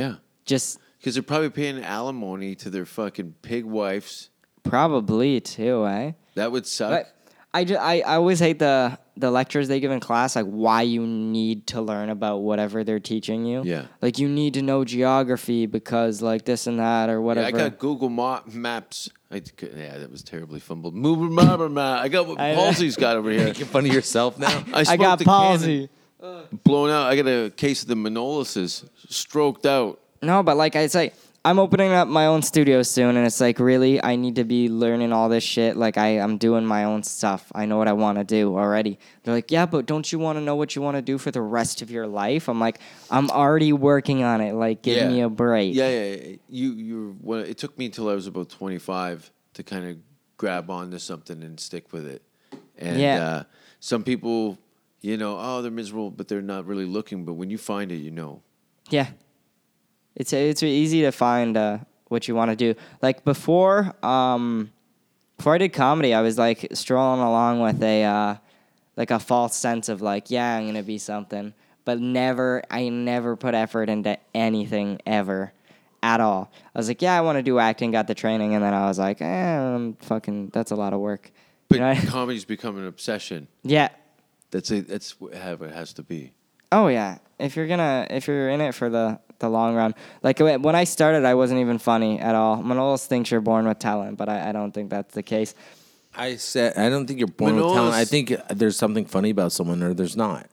yeah,
Just
because they're probably paying alimony to their fucking pig wives.
probably too, eh?
That would suck.
But I just I, I always hate the the lectures they give in class, like why you need to learn about whatever they're teaching you.
Yeah.
Like you need to know geography because like this and that or
Yeah,
whatever.
I got Google Ma- Maps. I c- yeah, that was terribly fumbled. Move ma- ma- ma- I got what
I-
Palsy's got over here.
Making fun of yourself now.
I,
I
smoked
got
a can and
palsy.
Blown out. I got a case of the Manolises. Stroked out.
No, but like I say, I'm opening up my own studio soon, and it's like really, I need to be learning all this shit. Like I, I'm doing my own stuff. I know what I want to do already. They're like, yeah, but don't you want to know what you want to do for the rest of your life? I'm like, I'm already working on it. Like, give
Yeah.
me a break.
Yeah, yeah. yeah. You, you. Well, it took me until I was about twenty-five to kind of grab onto something and stick with it. And
Yeah.
uh, some people, you know, oh, they're miserable, but they're not really looking. But when you find it, you know.
Yeah. It's it's easy to find uh, what you want to do. Like before, um, before I did comedy, I was like strolling along with a uh, like a false sense of like, yeah, I'm gonna be something, but never, I never put effort into anything ever, at all. I was like, yeah, I want to do acting, got the training, and then I was like, eh, I'm fucking, that's a lot of work.
But
You know, I-
comedy's become an obsession.
yeah.
That's it. That's wh- how it has to be.
Oh yeah. If you're gonna if you're in it for the the long run, like wh- when I started, I wasn't even funny at all. Manolis thinks you're born with talent, but I, I don't think that's the case.
I said I don't think you're born
Manolis-
with talent. I think there's something funny about someone or there's not.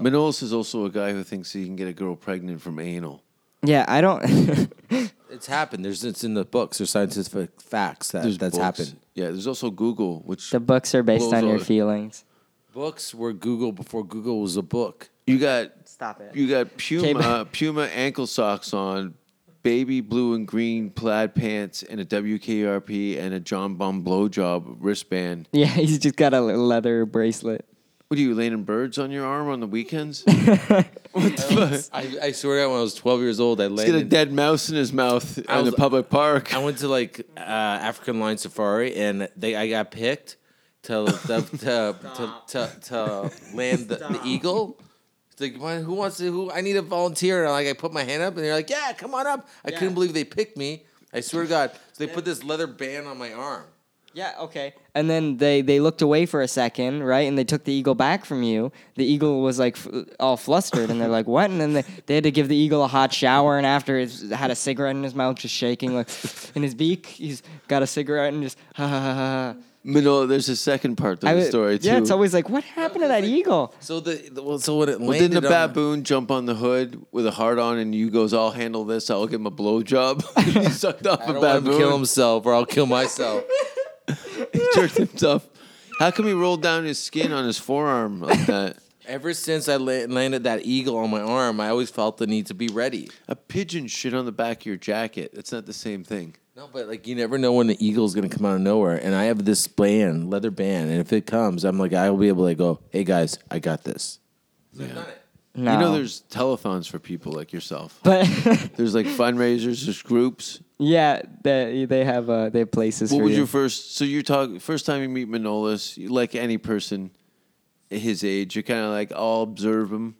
Manolis is also a guy who thinks he can get a girl pregnant from anal.
Yeah, I don't.
It's happened. There's it's in the books. There's scientific facts that
There's
that's
books.
happened.
Yeah, there's also Google, which
the books are based
blows
on your
all-
feelings.
Books were Google before Google was a book.
You got
Stop it.
you got Puma
but-
Puma ankle socks on, baby blue and green plaid pants, and a WKRP and a John Bomb blowjob wristband.
yeah, he's just got a le- leather bracelet.
What are you laying birds on your arm on the weekends?
I, I swear to God, when I was 12 years old, I
He's got a
landed.
dead mouse in his mouth
I
in the
was-
public park.
I went to like uh, African Lion Safari, and they I got picked to to to, to, to, to land the, the eagle. It's like, why- who wants to? Who I need a volunteer, and like I put my hand up, and they're like, "Yeah, come on up." I couldn't believe they picked me. I swear to God, so they put this leather band on my arm.
Yeah. Okay. And then they they looked away for a second, right? And they took the eagle back from you. The eagle was like f- all flustered, and they're like, "What?" And then they, they had to give the eagle a hot shower, and after it had a cigarette in his mouth, just shaking, like in his beak, he's got a cigarette and just ha ha ha. ha.
Manolo, there's a second part to
I
the
was-
story too.
Yeah, it's always like, "What happened to that eagle?"
So the, the well, so when it
Well, didn't
landed,
the
on my-
baboon jump on the hood with a heart on and you goes, I'll handle this, I'll give him a blowjob? he sucked off
I
a
don't want him to
baboon.
kill himself, or I'll kill myself.
He jerked himself. How come he rolled down his skin on his forearm like that?
Ever since I la- landed that eagle on my arm, I always felt the need to be ready.
A pigeon shit on the back of your jacket. That's not the same thing.
No, but like you never know when the eagle's gonna come out of nowhere, and I have this band, leather band, and if it comes, I'm like I will be able to go, hey guys, I got this.
No.
You know, there's telethons for people like yourself.
but
There's like fundraisers, there's groups.
yeah, they they have uh, they have places
What
for
was
you.
your first? So you're talking first time you meet Manolis, you- like any person his age, you're kind of like I'll observe him,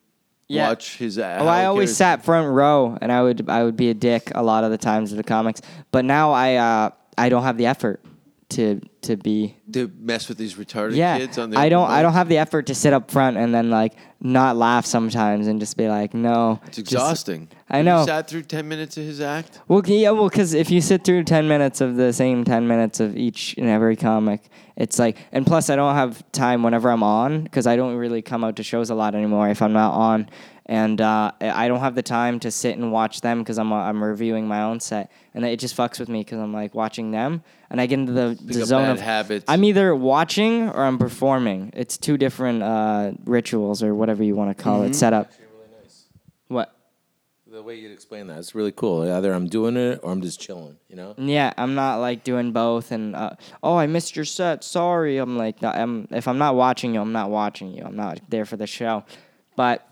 Yeah.
watch his. a-
Oh,
how
I
he
always
carries-
sat front row, and I would I would be a dick a lot of the times at the comics. But now I uh, I don't have the effort to to be
to mess with these retarded
yeah.
kids on the
I don't I don't have the effort to sit up front and then like not laugh sometimes and just be like no.
It's exhausting.
I
You
know.
sat through ten minutes of his act.
Well, c- yeah, well, because if you sit through ten minutes of the same ten minutes of each and every comic, it's like, and plus I don't have time whenever I'm on because I don't really come out to shows a lot anymore if I'm not on, and uh, I I don't have the time to sit and watch them because I'm uh, I'm reviewing my own set, and it just fucks with me because I'm like watching them, and I get into the, the
up
zone
bad
of
habits.
I'm either watching or I'm performing. It's two different uh, rituals or whatever you want to call it setup. What?
The way you explain that, it's really cool. Either I'm doing it or I'm just chilling. You know,
Yeah, I'm not like doing both and uh, oh, I missed your set. Sorry. I'm like no, I'm if I'm not watching you, I'm not watching you. I'm not there for the show. But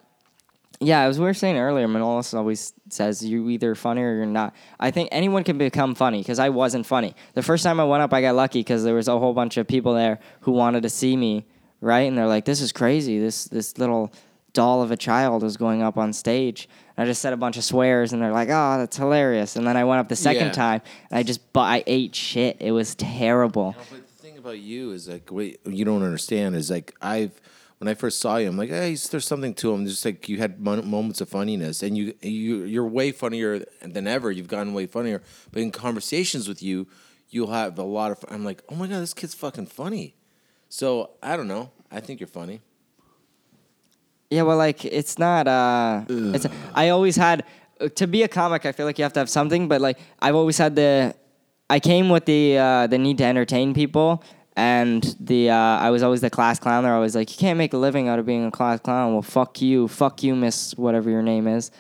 yeah, as we were saying earlier, Manolis always says you either funny or you're not. I think anyone can become funny because I wasn't funny. The first time I went up, I got lucky because there was a whole bunch of people there who wanted to see me, right? And they're like, "This is crazy. This this little doll of a child is going up on stage." And I just said a bunch of swears, and they're like, "Oh, that's hilarious." And then I went up the second
Yeah.
time, and I just bu- I ate shit. It was terrible.
But the thing about you is like, what you don't understand is like I've when I first saw you, I'm like, hey, he's- there's something to him. Just like you had mon- moments of funniness, and you you you're way funnier than ever. You've gotten way funnier, but in conversations with you, you'll have a lot of. Fun. I'm like, oh my god, this kid's fucking funny. So I don't know. I think you're funny.
Yeah, well, like it's not. Uh, it's. I always had to be a comic. I feel like you have to have something, but like I've always had the. I came with the uh, the need to entertain people, and the uh, I was always the class clown. They're always like, you can't make a living out of being a class clown. Well, fuck you, fuck you, Miss whatever your name is.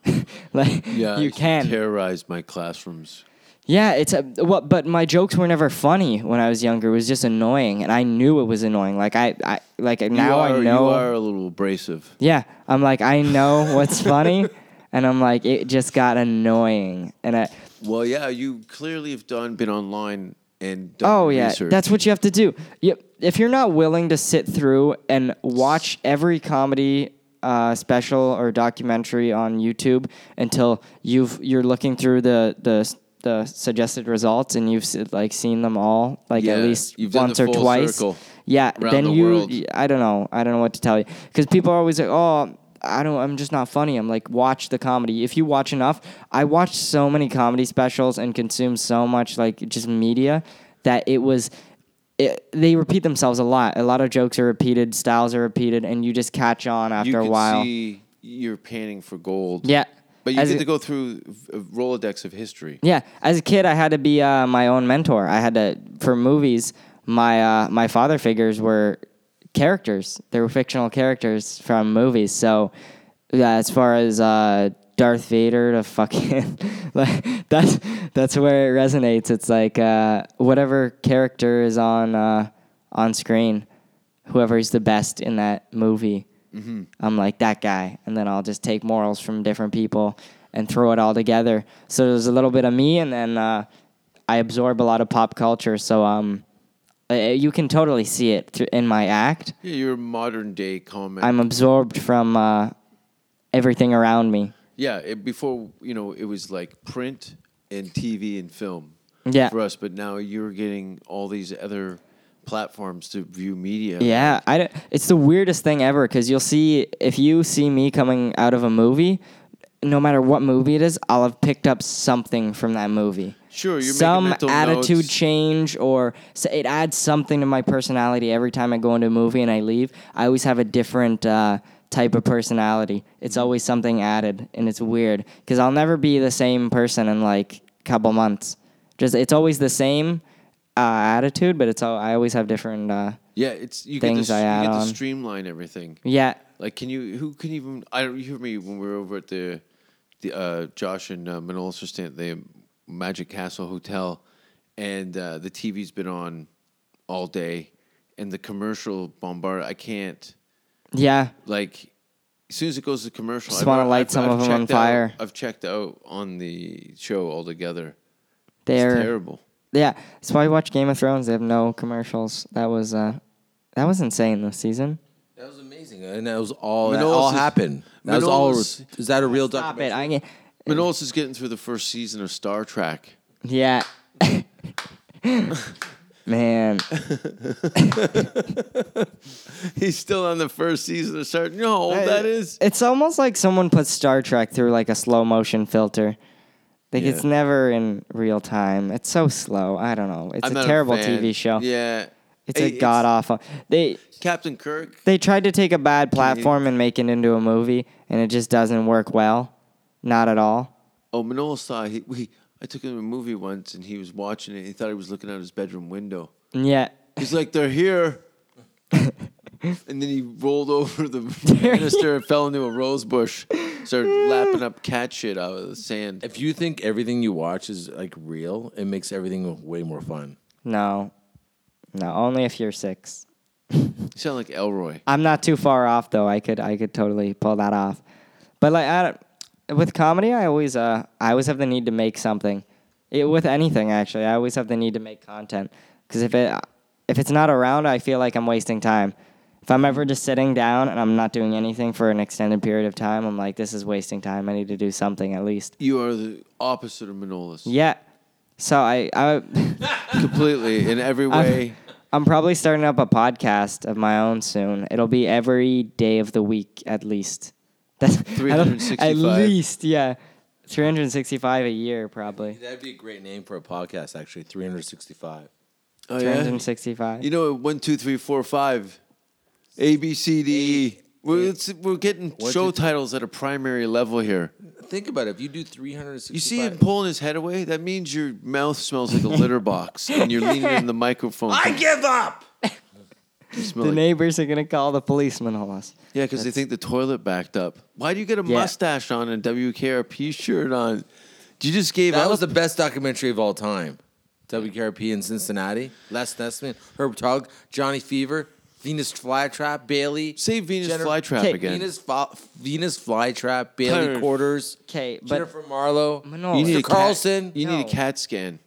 like
Yeah,
you can.
terrorize my classrooms.
Yeah, it's a well, but my jokes were never funny when I was younger. It was just annoying, and I knew it was annoying. Like I, I like now
you are,
I know.
you are a little abrasive.
Yeah, I'm like I know what's funny, and I'm like it just got annoying, and I
Well, yeah, you clearly have done been online and done
oh yeah,
research.
that's what you have to do. You, if you're not willing to sit through and watch every comedy uh, special or documentary on YouTube until you've you're looking through the the the suggested results and you've s- like seen them all like at
Yeah,
least
you've done
once
the
or
full
twice.
circle
Yeah,
around
then
the
you
world.
I don't know. I don't know what to tell you because people are always like, "Oh, I don't. I'm just not funny." I'm like, watch the comedy. If you watch enough, I watched so many comedy specials and consumed so much like just media that it was. It, they repeat themselves a lot. A lot of jokes are repeated, styles are repeated, and you just catch on after
you
a
can
while.
see you're panning for gold.
yeah,
But you
As
get
a-
to go through a Rolodex of history.
Yeah, as a kid, I had to be uh, my own mentor. I had to for movies. My uh, my father figures were characters. They were fictional characters from movies. So, yeah, as far as uh, Darth Vader to fucking like that's that's where it resonates. It's like uh, whatever character is on uh, on screen, whoever is the best in that movie. I'm like that guy, and then I'll just take morals from different people and throw it all together. So there's a little bit of me, and then uh, I absorb a lot of pop culture. So um, uh, you can totally see it thr- in my act.
Yeah, you're a modern day comic.
I'm absorbed from uh, everything around me.
yeah, it, before you know, it was like print and TV and film.
Yeah.
for us, but now you're getting all these other platforms to view media.
Yeah, I don't- it's the weirdest thing ever because you'll see if you see me coming out of a movie, no matter what movie it is, I'll have picked up something from that movie.
Sure, you're making
some
mental
attitude
notes.
change or so it adds something to my personality every time I go into a movie and I leave. I always have a different uh, type of personality.
Mm-hmm.
It's always something added, and it's weird because I'll never be the same person in like couple months. Just it's always the same uh, attitude, but it's all, I always have different. Uh,
yeah, it's you
Things
get to,
I
s-
add
you get
on.
to streamline everything.
yeah,
Like, can you? Who can even? I don't you hear me when we were over at the, the uh, Josh and uh, Manolo stay at the Magic Castle Hotel, and uh, the TV's been on all day, and the commercial bombard. I can't
yeah.
like. As soon as it goes to commercial,
Just wanna light some of 'em on
checked out-
fire.
I've checked out on the show altogether.
They're
it's terrible.
Yeah, that's why I watch Game of Thrones. They have no commercials. That was uh, that was insane this season.
That was amazing, uh, and that was all. That
Manolis
all
is-
happened. That was all. Is
Manolis-
that a real
Stop it!
documentary?
I get
Manolis is getting through the first season of Star Trek.
yeah. Man,
He's still on the first season of Star. No, that is.
it's almost like someone put Star Trek through like a slow motion filter. Like it's
Yeah.
never in real time. It's so slow. I don't know. It's
I'm
a
not
terrible
fan.
TV show.
Yeah,
It's
Hey,
a god awful. They
Captain Kirk.
they tried to take a bad platform and make it into a movie, and it just doesn't work well. Not at all.
Oh, Manolis saw. He, we, I took him to a movie once, and he was watching it. And he thought he was looking out his bedroom window.
Yeah.
He's like, "They're here." and then he rolled over the banister and fell into a rose bush. Started lapping up cat shit out of the sand.
If you think everything you watch is like real, it makes everything way more fun.
No. No, only if you're six.
You sound like Elroy.
I'm not too far off though. I could I could totally pull that off. But like I don't, with comedy, I always uh I always have the need to make something. It, with anything actually, I always have the need to make content because if it if it's not around, I feel like I'm wasting time. If I'm ever just sitting down and I'm not doing anything for an extended period of time, I'm like this is wasting time. I need to do something at least.
You are the opposite of Manolis.
Yeah. So I I
completely in every way.
I'm probably starting up a podcast of my own soon. It'll be every day of the week at least. That's I don't-
365.
At least, yeah. 365 a year, probably.
That'd be a great name for a podcast, actually. 365.
Oh,
365.
You know, one, two, three, four, five, A, B, C, D, E. We're, it's, we're getting
What
show
did-
titles at a primary level here.
Think about it. If you do 365.
You see him pulling his head away? That means your mouth smells like a litter box and you're leaning in the microphone.
I give up.
You smell
the
like-
neighbors are going to call the policeman on us.
yeah, because they think the toilet backed up. Why do you get a
Yeah.
mustache on and a WKRP shirt on? You just gave
That
up.
was the best documentary of all time. WKRP in Cincinnati. Les Nessman, Herb Tug, Johnny Fever, Venus Flytrap, Bailey.
Say Venus
Jennifer-
flytrap
Okay,
again.
Venus, Fo- Venus Flytrap, Bailey
Turn.
Quarters,
Okay, but
Jennifer Marlowe,
No.
You need
Mr.
a cat-
Carlson.
you
No.
need a cat scan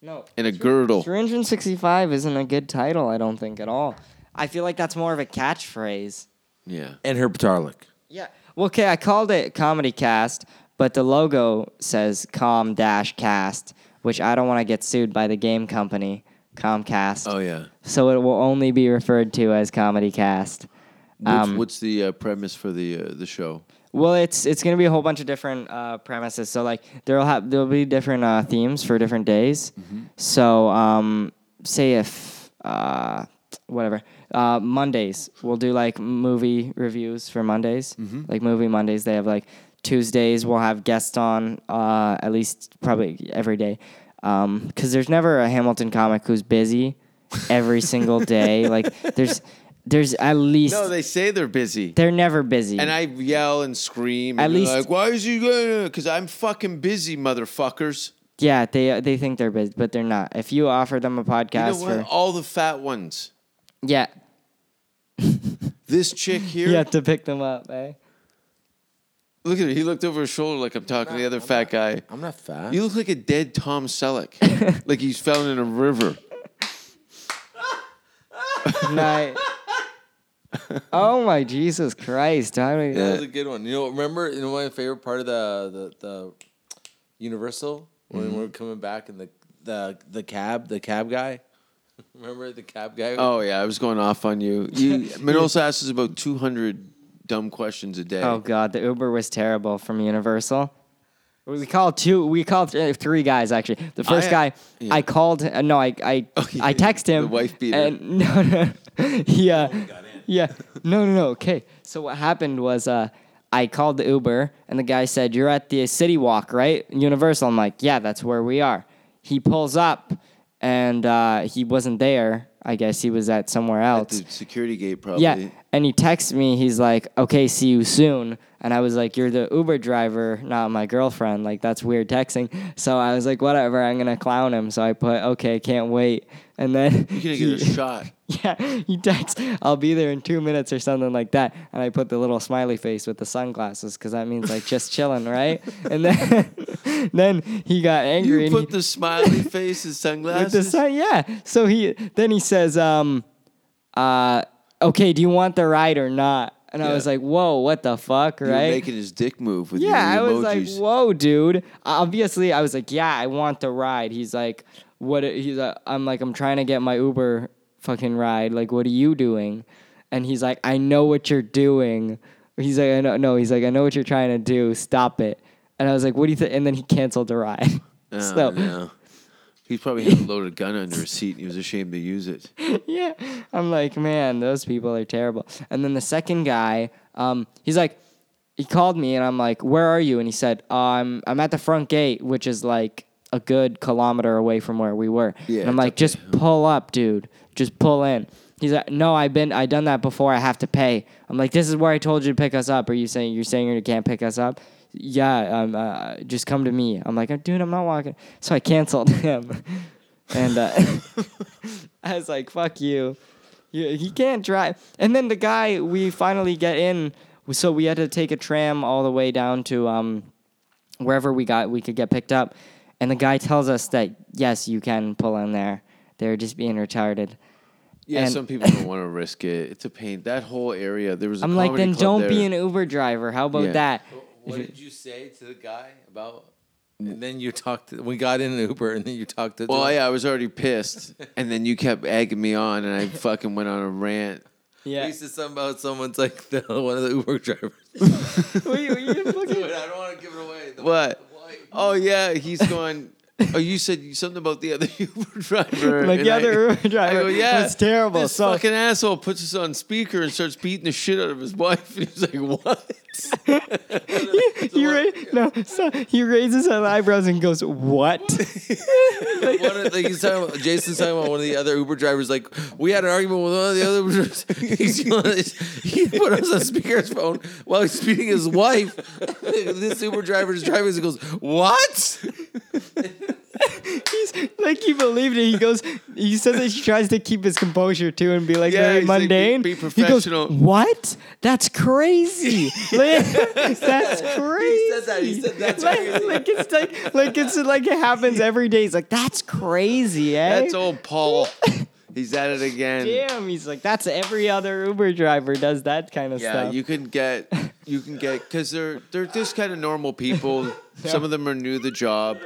no.
and a girdle.
365 isn't a good title, I don't think, at all. I feel like that's more of a catchphrase.
Yeah.
and Herb Tarlick.
Yeah. Well, okay, I called it Comedy Cast, but the logo says Com Dash Cast, which I don't want to get sued by the game company, Comcast.
Oh, yeah.
So it will only be referred to as Comedy Cast.
What's, what's the uh, premise for the uh, the show?
Well, it's it's gonna be a whole bunch of different uh, premises. So like there'll have there'll be different uh, themes for different days.
Mm-hmm.
So um, say if uh, whatever uh, Mondays we'll do like movie reviews for Mondays,
Mm-hmm.
like movie Mondays. They have like Tuesdays we'll have guests on uh, at least probably every day because there's never a Hamilton comic who's busy every single day. Like there's there's at least.
No, they say they're busy.
they're never busy.
and I yell and scream.
At
and they're
least-
like, why is he going? Because I'm fucking busy, motherfuckers.
Yeah, they they think they're busy, but they're not. If you offer them a
You know
podcast
what?
for
All the fat ones.
yeah,
This chick here.
you have to pick them up, eh?
Look at her. He looked over his shoulder like I'm talking to the other fat guy.
I'm not fat.
You look like a dead Tom Selleck, like he's found in a river.
Night. oh my Jesus Christ! How do we-
That was a good one. You know, remember you know my favorite part of the the, the Universal
Mm-hmm.
when we are coming back in the the the cab, the cab guy. Remember the cab guy?
Oh yeah, I was going off on you. You Minosa asks us about 200 dumb questions a day.
Oh God, the Uber was terrible from Universal. We called two. We called th- uh, three guys actually. The first
I- uh,
guy,
yeah.
I called. Uh, no, I I
yeah,
I text him.
the wife beater.
And no, no, yeah, yeah, no, no, no. Okay, so what happened was uh, I called the Uber and the guy said, "You're at the City Walk, right? Universal." I'm like, "Yeah, that's where we are." He pulls up, and uh, he wasn't there. I guess he was at somewhere
At
else.
the security gate probably.
Yeah. And he texts me, he's like, okay, see you soon. And I was like, you're the Uber driver, not my girlfriend. Like, that's weird texting. So I was like, whatever, I'm going to clown him. So I put, okay, can't wait. And then.
You're gonna get a
he-
shot.
Yeah, he texts, I'll be there in two minutes or something like that. And I put the little smiley face with the sunglasses because that means like just chilling, right? And then, then he got angry.
You
and he-
put the smiley face and
with the
sunglasses.
sun, yeah. So he then he says, um, uh, okay, do you want the ride or not? And I
Yeah.
was like, whoa, what the fuck,
You're
right?
making his dick move with
yeah, I
your
was
emojis.
like, whoa, dude. Obviously, I was like, yeah, I want the ride. He's like, what? He's like, I'm like, I'm trying to get my Uber fucking ride. Like, what are you doing? And he's like, I know what you're doing. He's like, I know, no. He's like, I know what you're trying to do. Stop it. And I was like, what do you think? And then he canceled the ride.
Oh,
so
no. He probably had a loaded gun under his seat and he was ashamed to use it.
yeah. I'm like, man, those people are terrible. And then the second guy, um, he's like, he called me and I'm like, where are you? And he said, uh, I'm I'm at the front gate, which is like a good kilometer away from where we were.
Yeah,
and I'm
it's
like,
up
just
there.
pull up, dude. Just pull in. He's like, no, I've been, I done that before. I have to pay. I'm like, this is where I told you to pick us up. Are you saying you're saying you can't pick us up? Yeah, um, uh, just come to me. I'm like, dude, I'm not walking. So I canceled him, and uh, I was like, fuck you. you, he can't drive. And then the guy, we finally get in, so we had to take a tram all the way down to um, wherever we got we could get picked up and the guy tells us that yes you can pull in there they're just being retarded
Yeah,
And-
some people don't want to risk it. It's a pain. That whole area, there was. A
i'm like
comedy
then
club
don't be
there. Oh,
an uber driver how about
Yeah.
that
What did you say to the guy about And then you talked. To, we got in an Uber, and then you talked to.
Well, yeah, I was already pissed, and then you kept egging me on, and I fucking went on a rant.
yeah.
Yeah.
He said something about someone's like the, one of the Uber drivers.
Wait, wait, you fucking-
Dude, I don't want to give it away. The-
What?
why-
Oh yeah, he's going. Oh, you said something about the other Uber driver.
Like the
and
other
I-
Uber driver.
I go, yeah,
That's terrible.
This
So-
fucking asshole puts us on speaker and starts beating the shit out of his wife. And he's like, "What?"
he ra- no, so he raises his eyebrows and goes, "What?"
one of, like he's talking about, Jason's talking about one of the other Uber drivers. Like we had an argument with one of the other Uber drivers. He's yelling at his- he put us on speaker's phone while he's beating his wife. this Uber driver is driving. He goes, "What?"
He's like he believed it. He goes, he says that he tries to keep his composure too and be like
Yeah,
very
he's like, be-
mundane. He
be
goes,
professional.
what? That's crazy. Like, that's crazy.
He said that. He said that's
like,
crazy.
like it's like like it's like it happens every day. He's like, that's crazy, eh?
That's old Paul. He's at it again.
Damn, he's like, that's every other Uber driver does that kind of
Yeah,
stuff.
you can get, you can get, because they're they're just kind of normal people. Some of them are new to the job,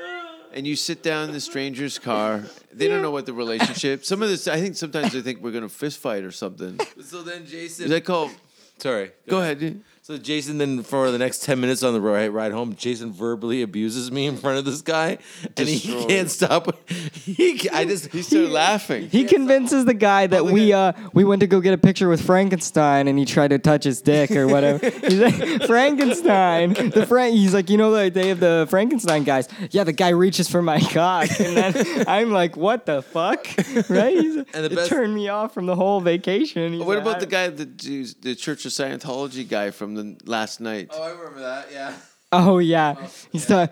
and you sit down in the stranger's car. They don't know what the relationship. Some of this, I think, sometimes they think we're gonna fist fight or something.
So then Jason,
Is that called?
"Oh, sorry,
Go ahead. dude.
So Jason then for the next ten minutes on the ride ride home, Jason verbally abuses me in front of this guy, and he
Destroyed.
can't stop. He, ca- I just
He started laughing.
he convinces the guy that we uh we went to go get a picture with Frankenstein and he tried to touch his dick or whatever. he's like Frankenstein, the Frank. He's like, you know, like they have the Frankenstein guys. Yeah, the guy reaches for my cock, and then I'm like, what the fuck, right? He's,
And the
it
best-
turned me off from the whole vacation. He's
what
like,
about the
I-
guy, the Jews- the Church of Scientology guy from the last night?
I remember that. Yeah.
Oh yeah, he's the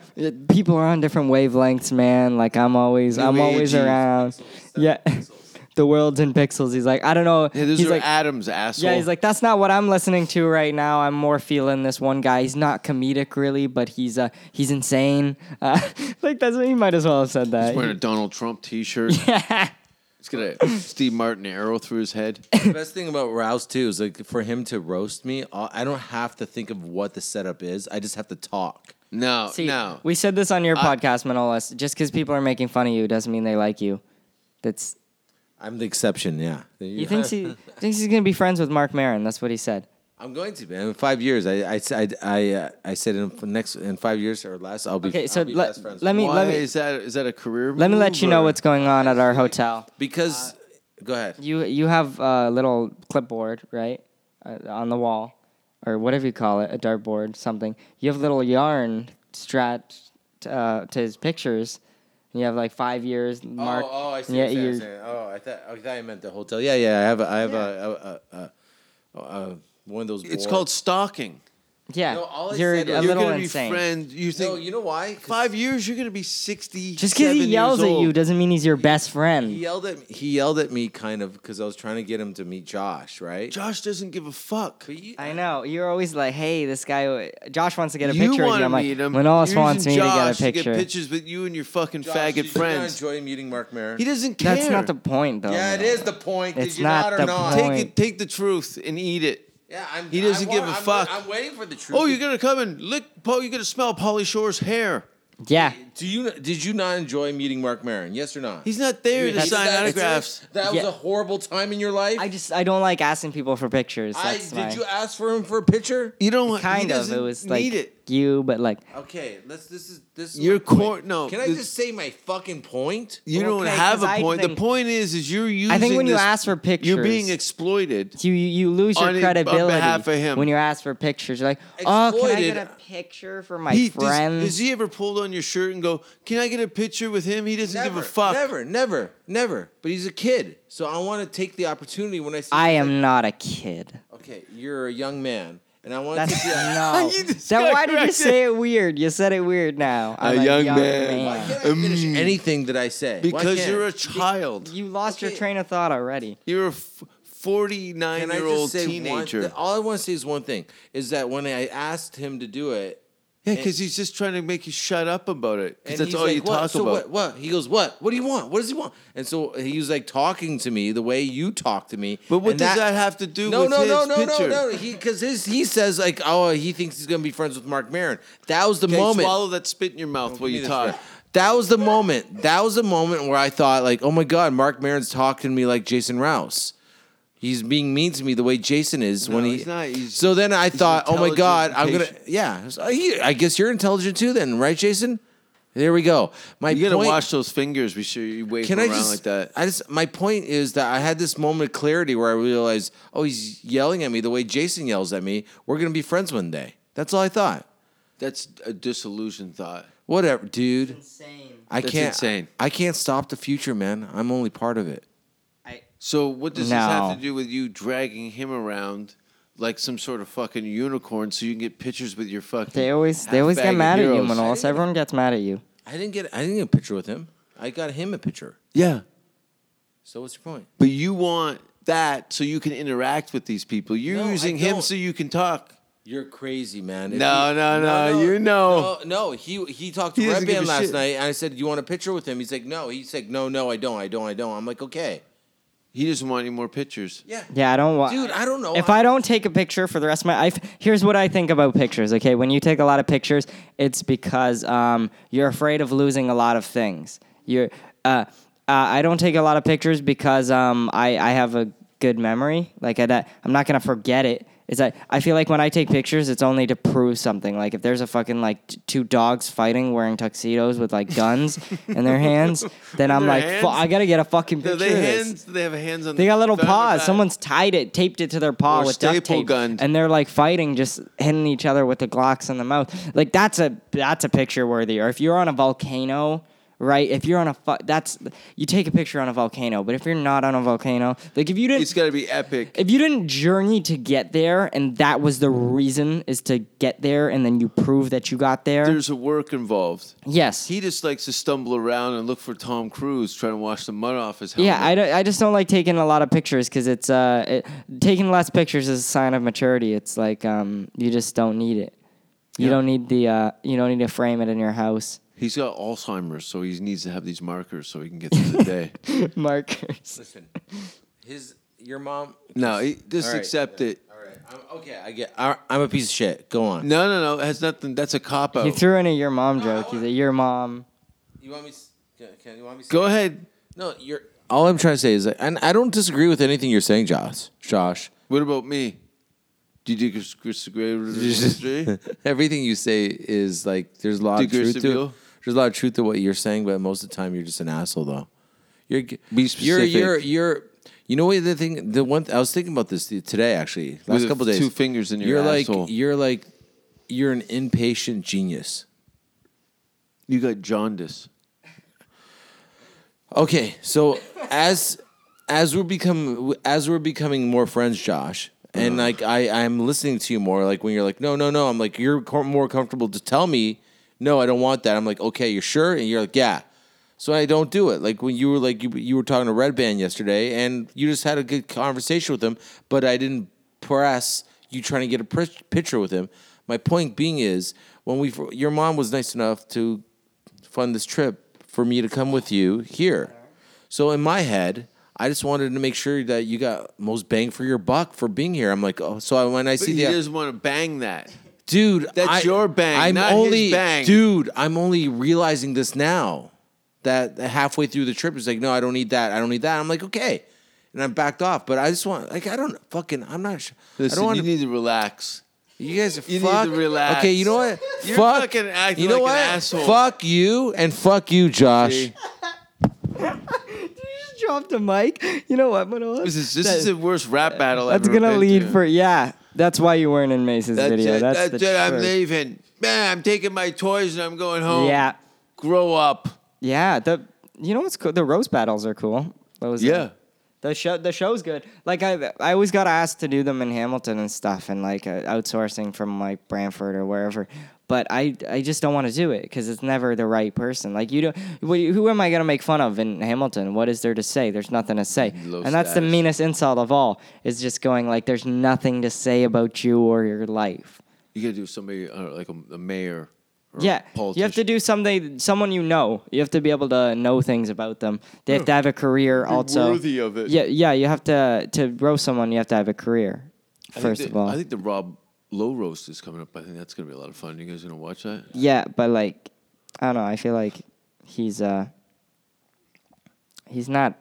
people are on different wavelengths, man. Like I'm always, I'm always
agey.
around. Yeah, the world's in pixels. He's like, I don't know.
yeah, those
he's
are
like,
Adams asshole.
yeah, he's like, that's not what I'm listening to right now. I'm more feeling this one guy. He's not comedic really, but he's uh, he's insane. Uh, like that's what he might as well have said that.
wearing a Donald Trump T-shirt. He's gonna Steve Martin arrow through his head.
The best thing about Rouse too is like for him to roast me, I I don't have to think of what the setup is. I just have to talk.
No,
See,
no.
we said this on your podcast, Manolis. Just because people are making fun of you doesn't mean they like you. That's
I'm the exception. Yeah.
he thinks he thinks he's gonna be friends with Mark Maron. That's what he said.
I'm going to man. In five years, I I I I, uh, I said in f- next in five years or less, I'll be
Okay,
I'll
so
be
let-
best friends.
let me-
Why is that? Is that a career?
Let me let
move,
you know
or-
what's going on at our hotel.
because go ahead.
Uh, You you have a little clipboard, right, uh, on the wall, or whatever you call it, a dartboard, something. You have little yarn strapped uh, to his pictures. And you have like five years. Mark,
oh, oh, I see.
yeah,
Yeah, what you're
you're-
saying. Oh, I thought I thought you meant the hotel. Yeah, yeah. I have a, I have a, a, a, a, a one of those.
It's
board-
called stalking.
yeah.
No, all I
you're
said
a
was-
You're
little
gonna be
insane.
friends. You think
No, you know why? 'Cause
five years you're gonna be sixty.
Just because he yells at you doesn't mean he's your best
He
friend.
yelled at me, he yelled at me kind of because I was trying to get him to meet Josh, right?
Josh doesn't give a fuck.
But you-
I know. You're always like, hey, this guy. uh, Josh wants to get a
you
picture. of
want
you.
to
I'm like,
meet him.
Manolis
You're
wants me
using Josh
to get a picture.
get pictures with you and your fucking
Josh,
faggot
did you not
friends.
enjoy meeting Mark Maron.
He doesn't care.
That's not the point, though.
Oh,
yeah, it
man.
is the point. Did
It's
you
not
not,
the
or not?
point.
Take it. Take the truth and eat it.
Yeah, I'm,
He doesn't
I
give
want-
a
I'm-
fuck.
I'm waiting for the truth.
Oh, you're gonna come and lick Paul. You're gonna smell Polly Shore's hair.
Yeah.
Do you did you not enjoy meeting Mark Maron? Yes or not?
He's not there to
That's-
sign
that-
autographs.
That was
Yeah.
a horrible time in your life.
I just I don't like asking people for pictures.
I-
That's my-
did you ask for him for a picture?
You don't. want- he
kind of. It
doesn't
was
need
like
it.
you, but like
Okay, let's. This is this. Is
Your
my point.
cor- no,
Can I
this-
just say my fucking point?
You
Well,
don't
okay,
have
'cause I
a point. The
think-
point is, is you're using.
I think when you
this-
ask for pictures,
you're being exploited.
you you lose your
on- on
credibility
behalf of him.
when you ask for pictures. You're like, oh, can I get
Exploited.
a picture for my
He- does-
friends?
has he ever pulled on your shirt and go, "Can I get a picture with him?" He doesn't
Never,
give a fuck.
Never, never, never. But he's a kid, so I want to take the opportunity when I see.
I
him,
am not a kid.
like, okay, you're a young man, and I want to
That's
take the.
no.
You just
Then
got
why did you
corrected.
say it weird? You said it weird now. I'm
young man.
Why can't I finish anything that I say? Why
Um, Because
can't
you're
I?
a child.
You lost your
Okay.
train of thought already.
You're a forty-nine
Can I
year
just
old
say one
teenager.
thi- all I want to say is one thing: is that when I asked him to do it,
Yeah, because he's just trying to make you shut up about it. Because
And
that's
he's
all
like,
you
what?
talk
so
about.
What, what? He goes, what? What do you want? What does he want? And so he was like talking to me the way you talk to me.
But what
and
does that have to do
no,
with
no,
his
no, no,
picture?
No, no, no, Because his he says like, oh, he thinks he's gonna be friends with Mark Maron. That was the
Okay,
moment.
swallow that spit in your mouth while you talk.
That was the moment. That was the moment where I thought like, oh my god, Mark Maron's talking to me like Jason Rouse. He's being mean to me the way Jason is when
No,
he.
he's not. He's-
so then I
he's
thought, oh my
intelligent
god,
and
I'm gonna.
patient.
Yeah, So he- I guess you're intelligent too, then, right, Jason? There we go. My
You gotta
point,
wash those fingers. We sure you wave
can
them
I
around
just
like that.
I just my point is that I had this moment of clarity where I realized, oh, he's yelling at me the way Jason yells at me. We're gonna be friends one day. That's all I thought.
That's a disillusioned thought.
Whatever, dude.
Insane.
I
That's
can't.
insane.
I can't stop the future, man. I'm only part of it.
So what does this have
No.
to do with you dragging him around like some sort of fucking unicorn so you can get pictures with your fucking?
They always they always get
half-bagged
mad at you,
heroes?
Manolis. Everyone gets mad at you.
I didn't get. I didn't get a picture with him. I got him a picture.
Yeah,
So what's your point?
but you want that so you can interact with these people. You're
No, I
using him
don't.
so you can talk.
You're crazy, man. If
No, no, no, you know.
No, no, he he talked to
He doesn't
Red
give
Band
a
last
shit.
night, and I said, "Do you want a picture with him?" He's like, "No." He's like, "No, no, I don't, I don't, I don't." I'm like, "Okay."
He doesn't want any more pictures.
Yeah.
Yeah, I don't want.
Dude, I don't know.
If I don't take a picture for the rest of my life, here's what I think about pictures. Okay, when you take a lot of pictures, it's because um, you're afraid of losing a lot of things. You're. Uh, uh, I don't take a lot of pictures because um, I I have a good memory. Like I, that- I'm not gonna forget it. It's like I feel like when I take pictures, it's only to prove something. Like if there's a fucking like t- two dogs fighting wearing tuxedos with like guns in their hands, then I'm
their
like,
hands?
"Fu- I gotta get a fucking picture.
Do they
of this.
hands? Do they have hands on?
They
the
got little
side of
paws.
that?
Someone's tied it, taped it to their paw
Or
with duct
staple
tape,
gunned.
and they're like fighting, just hitting each other with the Glocks in the mouth. Like that's a that's a picture worthy. Or if you're on a volcano, right? If you're on a fu- that's you take a picture on a volcano. But if you're not on a volcano, like if you didn't
It's got to be epic.
if you didn't journey to get there, and that was the reason is to get there, and then you prove that you got there.
There's a work involved.
yes.
He just likes to stumble around and look for Tom Cruise trying to wash the mud off his helmet.
yeah, I, don't- I just don't like taking a lot of pictures because it's uh it, taking less pictures is a sign of maturity. It's like um you just don't need it. You don't need the uh you don't need to frame it in your house.
He's got Alzheimer's, so he needs to have these markers so he can get through the day.
Markers.
Listen, his your mom.
No, he- just
All right,
accept
yeah,
it.
All right. I'm, okay, I get. I, I'm a piece of shit. Go on.
No, no, no. It has nothing. That's a cop
You
out.
threw in a your mom
I
joke. He's
want-
a your mom.
You want me? s- Can, can you want me? s-
Go ahead.
No, you're. All I'm trying to say is, that, and I don't disagree with anything you're saying, Josh. Josh,
What about me? Did you dis- disagree? with the
everything you say is like there's a lot of truth to. it.
Digestible.
There's a lot of truth to what you're saying, but most of the time you're just an asshole, though. You're g-
Be
You're
specific.
you're you're. You know what the thing? The one I was thinking about this today, actually, last
With
couple days.
two fingers in your
you're
asshole.
like you're like you're an impatient genius.
You got jaundice.
Okay, so as as we're become as we're becoming more friends, Josh, and like I I'm listening to you more. Like when you're like, no, no, no, I'm like you're co- more comfortable to tell me, no, I don't want that. I'm like, okay, you're sure, and you're like, yeah. So I don't do it. Like when you were like you you were talking to Red Band yesterday, and you just had a good conversation with him, but I didn't press you trying to get a pr- picture with him. My point being is when we your mom was nice enough to fund this trip for me to come with you here. So in my head, I just wanted to make sure that you got most bang for your buck for being here. I'm like, oh, so I, when I
But
see
he
the
doesn't want to bang that.
dude,
that's
I-
your bang,
I'm
not his
only
bang.
dude. I'm only realizing this now that halfway through the trip, it's like, no, I don't need that. I don't need that. I'm like, okay, and I'm backed off. But I just want, like, I don't fucking, I'm not. Sh- I
Listen,
don't want
you need to relax.
you guys are
You need to
fuck.
relax.
Okay, you know what?
You're
fuck.
fucking acting
you know
like an
what?
asshole.
Fuck you and fuck you, Josh.
See?
You just dropped a mic. You know what, Manolis?
This is, this is the worst rap battle I've
uh, that's
ever
gonna
been
lead
to.
for yeah. That's why you weren't in Mace's
That's
video.
it.
that's
That's,
the
it. I'm
truth.
leaving. Man, I'm taking my toys and I'm going home.
Yeah,
Grow up.
yeah. The you know what's cool? The roast battles are cool. Those uh, The show, the show's good. Like I, I always got asked to do them in Hamilton and stuff, and like uh, outsourcing from like Brantford or wherever. But I, I just don't want to do it because it's never the right person. Like you don't. What, who am I gonna make fun of in Hamilton? What is there to say? There's nothing to say,
Low
and that's the
status.
meanest insult of all. Is just going like, there's nothing to say about you or your life.
You got to do somebody uh, like a, a mayor. Or a
Yeah, you have to
politician.
do something. Someone you know. You have to be able to know things about them. They have to have a career. also,
Hmm. worthy of it.
Yeah, yeah. You have to to roast someone. You have to have a career.
I think
First
the-
of all,
I think the Rob Low roast is coming up. I think that's gonna be a lot of fun. You guys gonna watch that?
yeah, but like, I don't know. I feel like he's uh he's not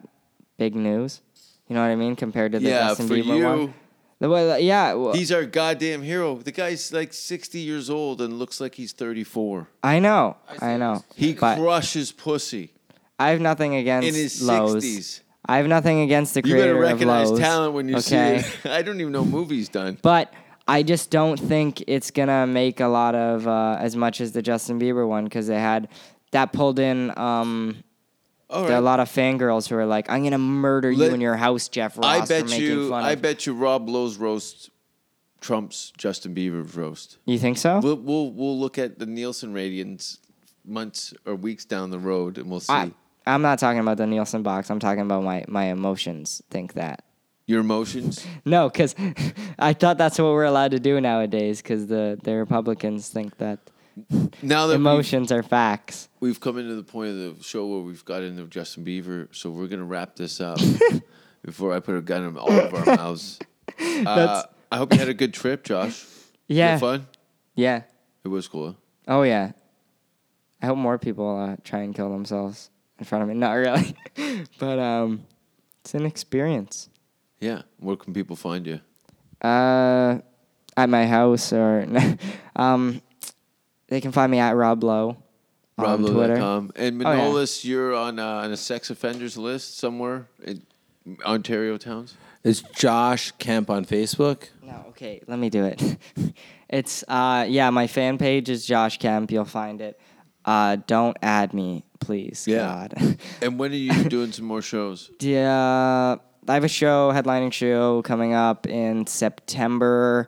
big news. You know what I mean? Compared to the
Yeah,
Justin
for
Bieber
you.
one. The way- like, yeah, well,
He's our goddamn hero. The guy's like 60 years old and looks like he's 34.
I know, I, know.
He
but
crushes pussy.
I have nothing against
his
Lowe's.
60s.
I have nothing against the
You
creator
better recognize
of Lowe's.
talent when you
okay?
see it. I don't even know movies done.
But I just don't think it's gonna make a lot of uh, as much as the Justin Bieber one because they had that pulled in. Um,
All
There are a
right.
lot of fangirls who are like, "I'm gonna murder
Let-
you in your house, Jeff Ross."
I
for
bet
making
you.
Fun
I
of-"
bet you. Rob Lowe's roast trumps Justin Bieber's roast.
You think so?
We'll we'll, we'll look at the Nielsen ratings months or weeks down the road, and we'll see.
I, I'm not talking about the Nielsen box. I'm talking about my my emotions. Think that.
Your emotions.
No, because I thought that's what we're allowed to do nowadays. Because the, the Republicans think that
Now that we've,
emotions are facts.
we've come into the point of the show where we've got into Justin Bieber, so we're gonna wrap this up before I put a gun in all of our mouths. Uh,
That's-
I hope you had a good trip, Josh. You had
Yeah.
fun.
Yeah.
It was cool.
Oh yeah. I hope more people uh, try and kill themselves in front of me. Not really, but um, it's an experience.
Yeah. Where can people find you?
Uh, at my house or um, they can find me at Rob Lowe on Twitter.
Roblo.com. And
Oh, yeah.
Manolis, you're on, uh, on a sex offenders list somewhere in Ontario towns.
It's Josh Kemp on Facebook.
No, okay, let me do it. it's uh, yeah, my fan page is Josh Kemp. You'll find it. Uh, don't add me, please.
Yeah.
God.
And when are you doing some more shows?
Yeah, I have a show, headlining show coming up in September.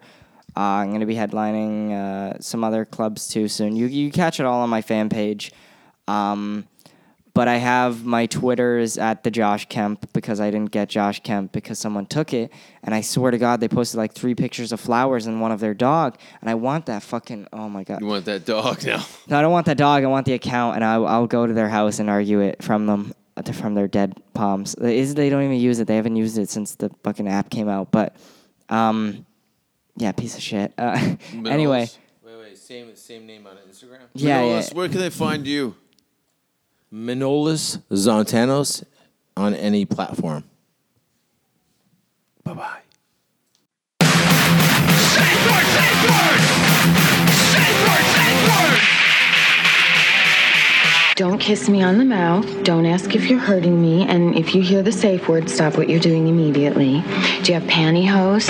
Uh, I'm going to be headlining uh, some other clubs too soon. You you catch it all on my fan page. Um, but I have my Twitter's at the Josh Kemp because I didn't get Josh Kemp because someone took it, and I swear to God they posted like three pictures of flowers and one of their dog, and I want that fucking oh my god.
You want that dog now?
No, I don't want that dog. I want the account, and I, I'll go to their house and argue it from them, uh, from their dead palms. It Is they don't even use it. They haven't used it since the fucking app came out. But, um, yeah, piece of shit. Uh, anyway,
Manolis.
Wait, wait, same same name on Instagram.
yeah, yeah,
Manolis, where can they find you?
Manolis Zontanos on any platform.
Bye bye.
Don't kiss me on the mouth. Don't ask if you're hurting me. And if you hear the safe word, stop what you're doing immediately. Do you have pantyhose?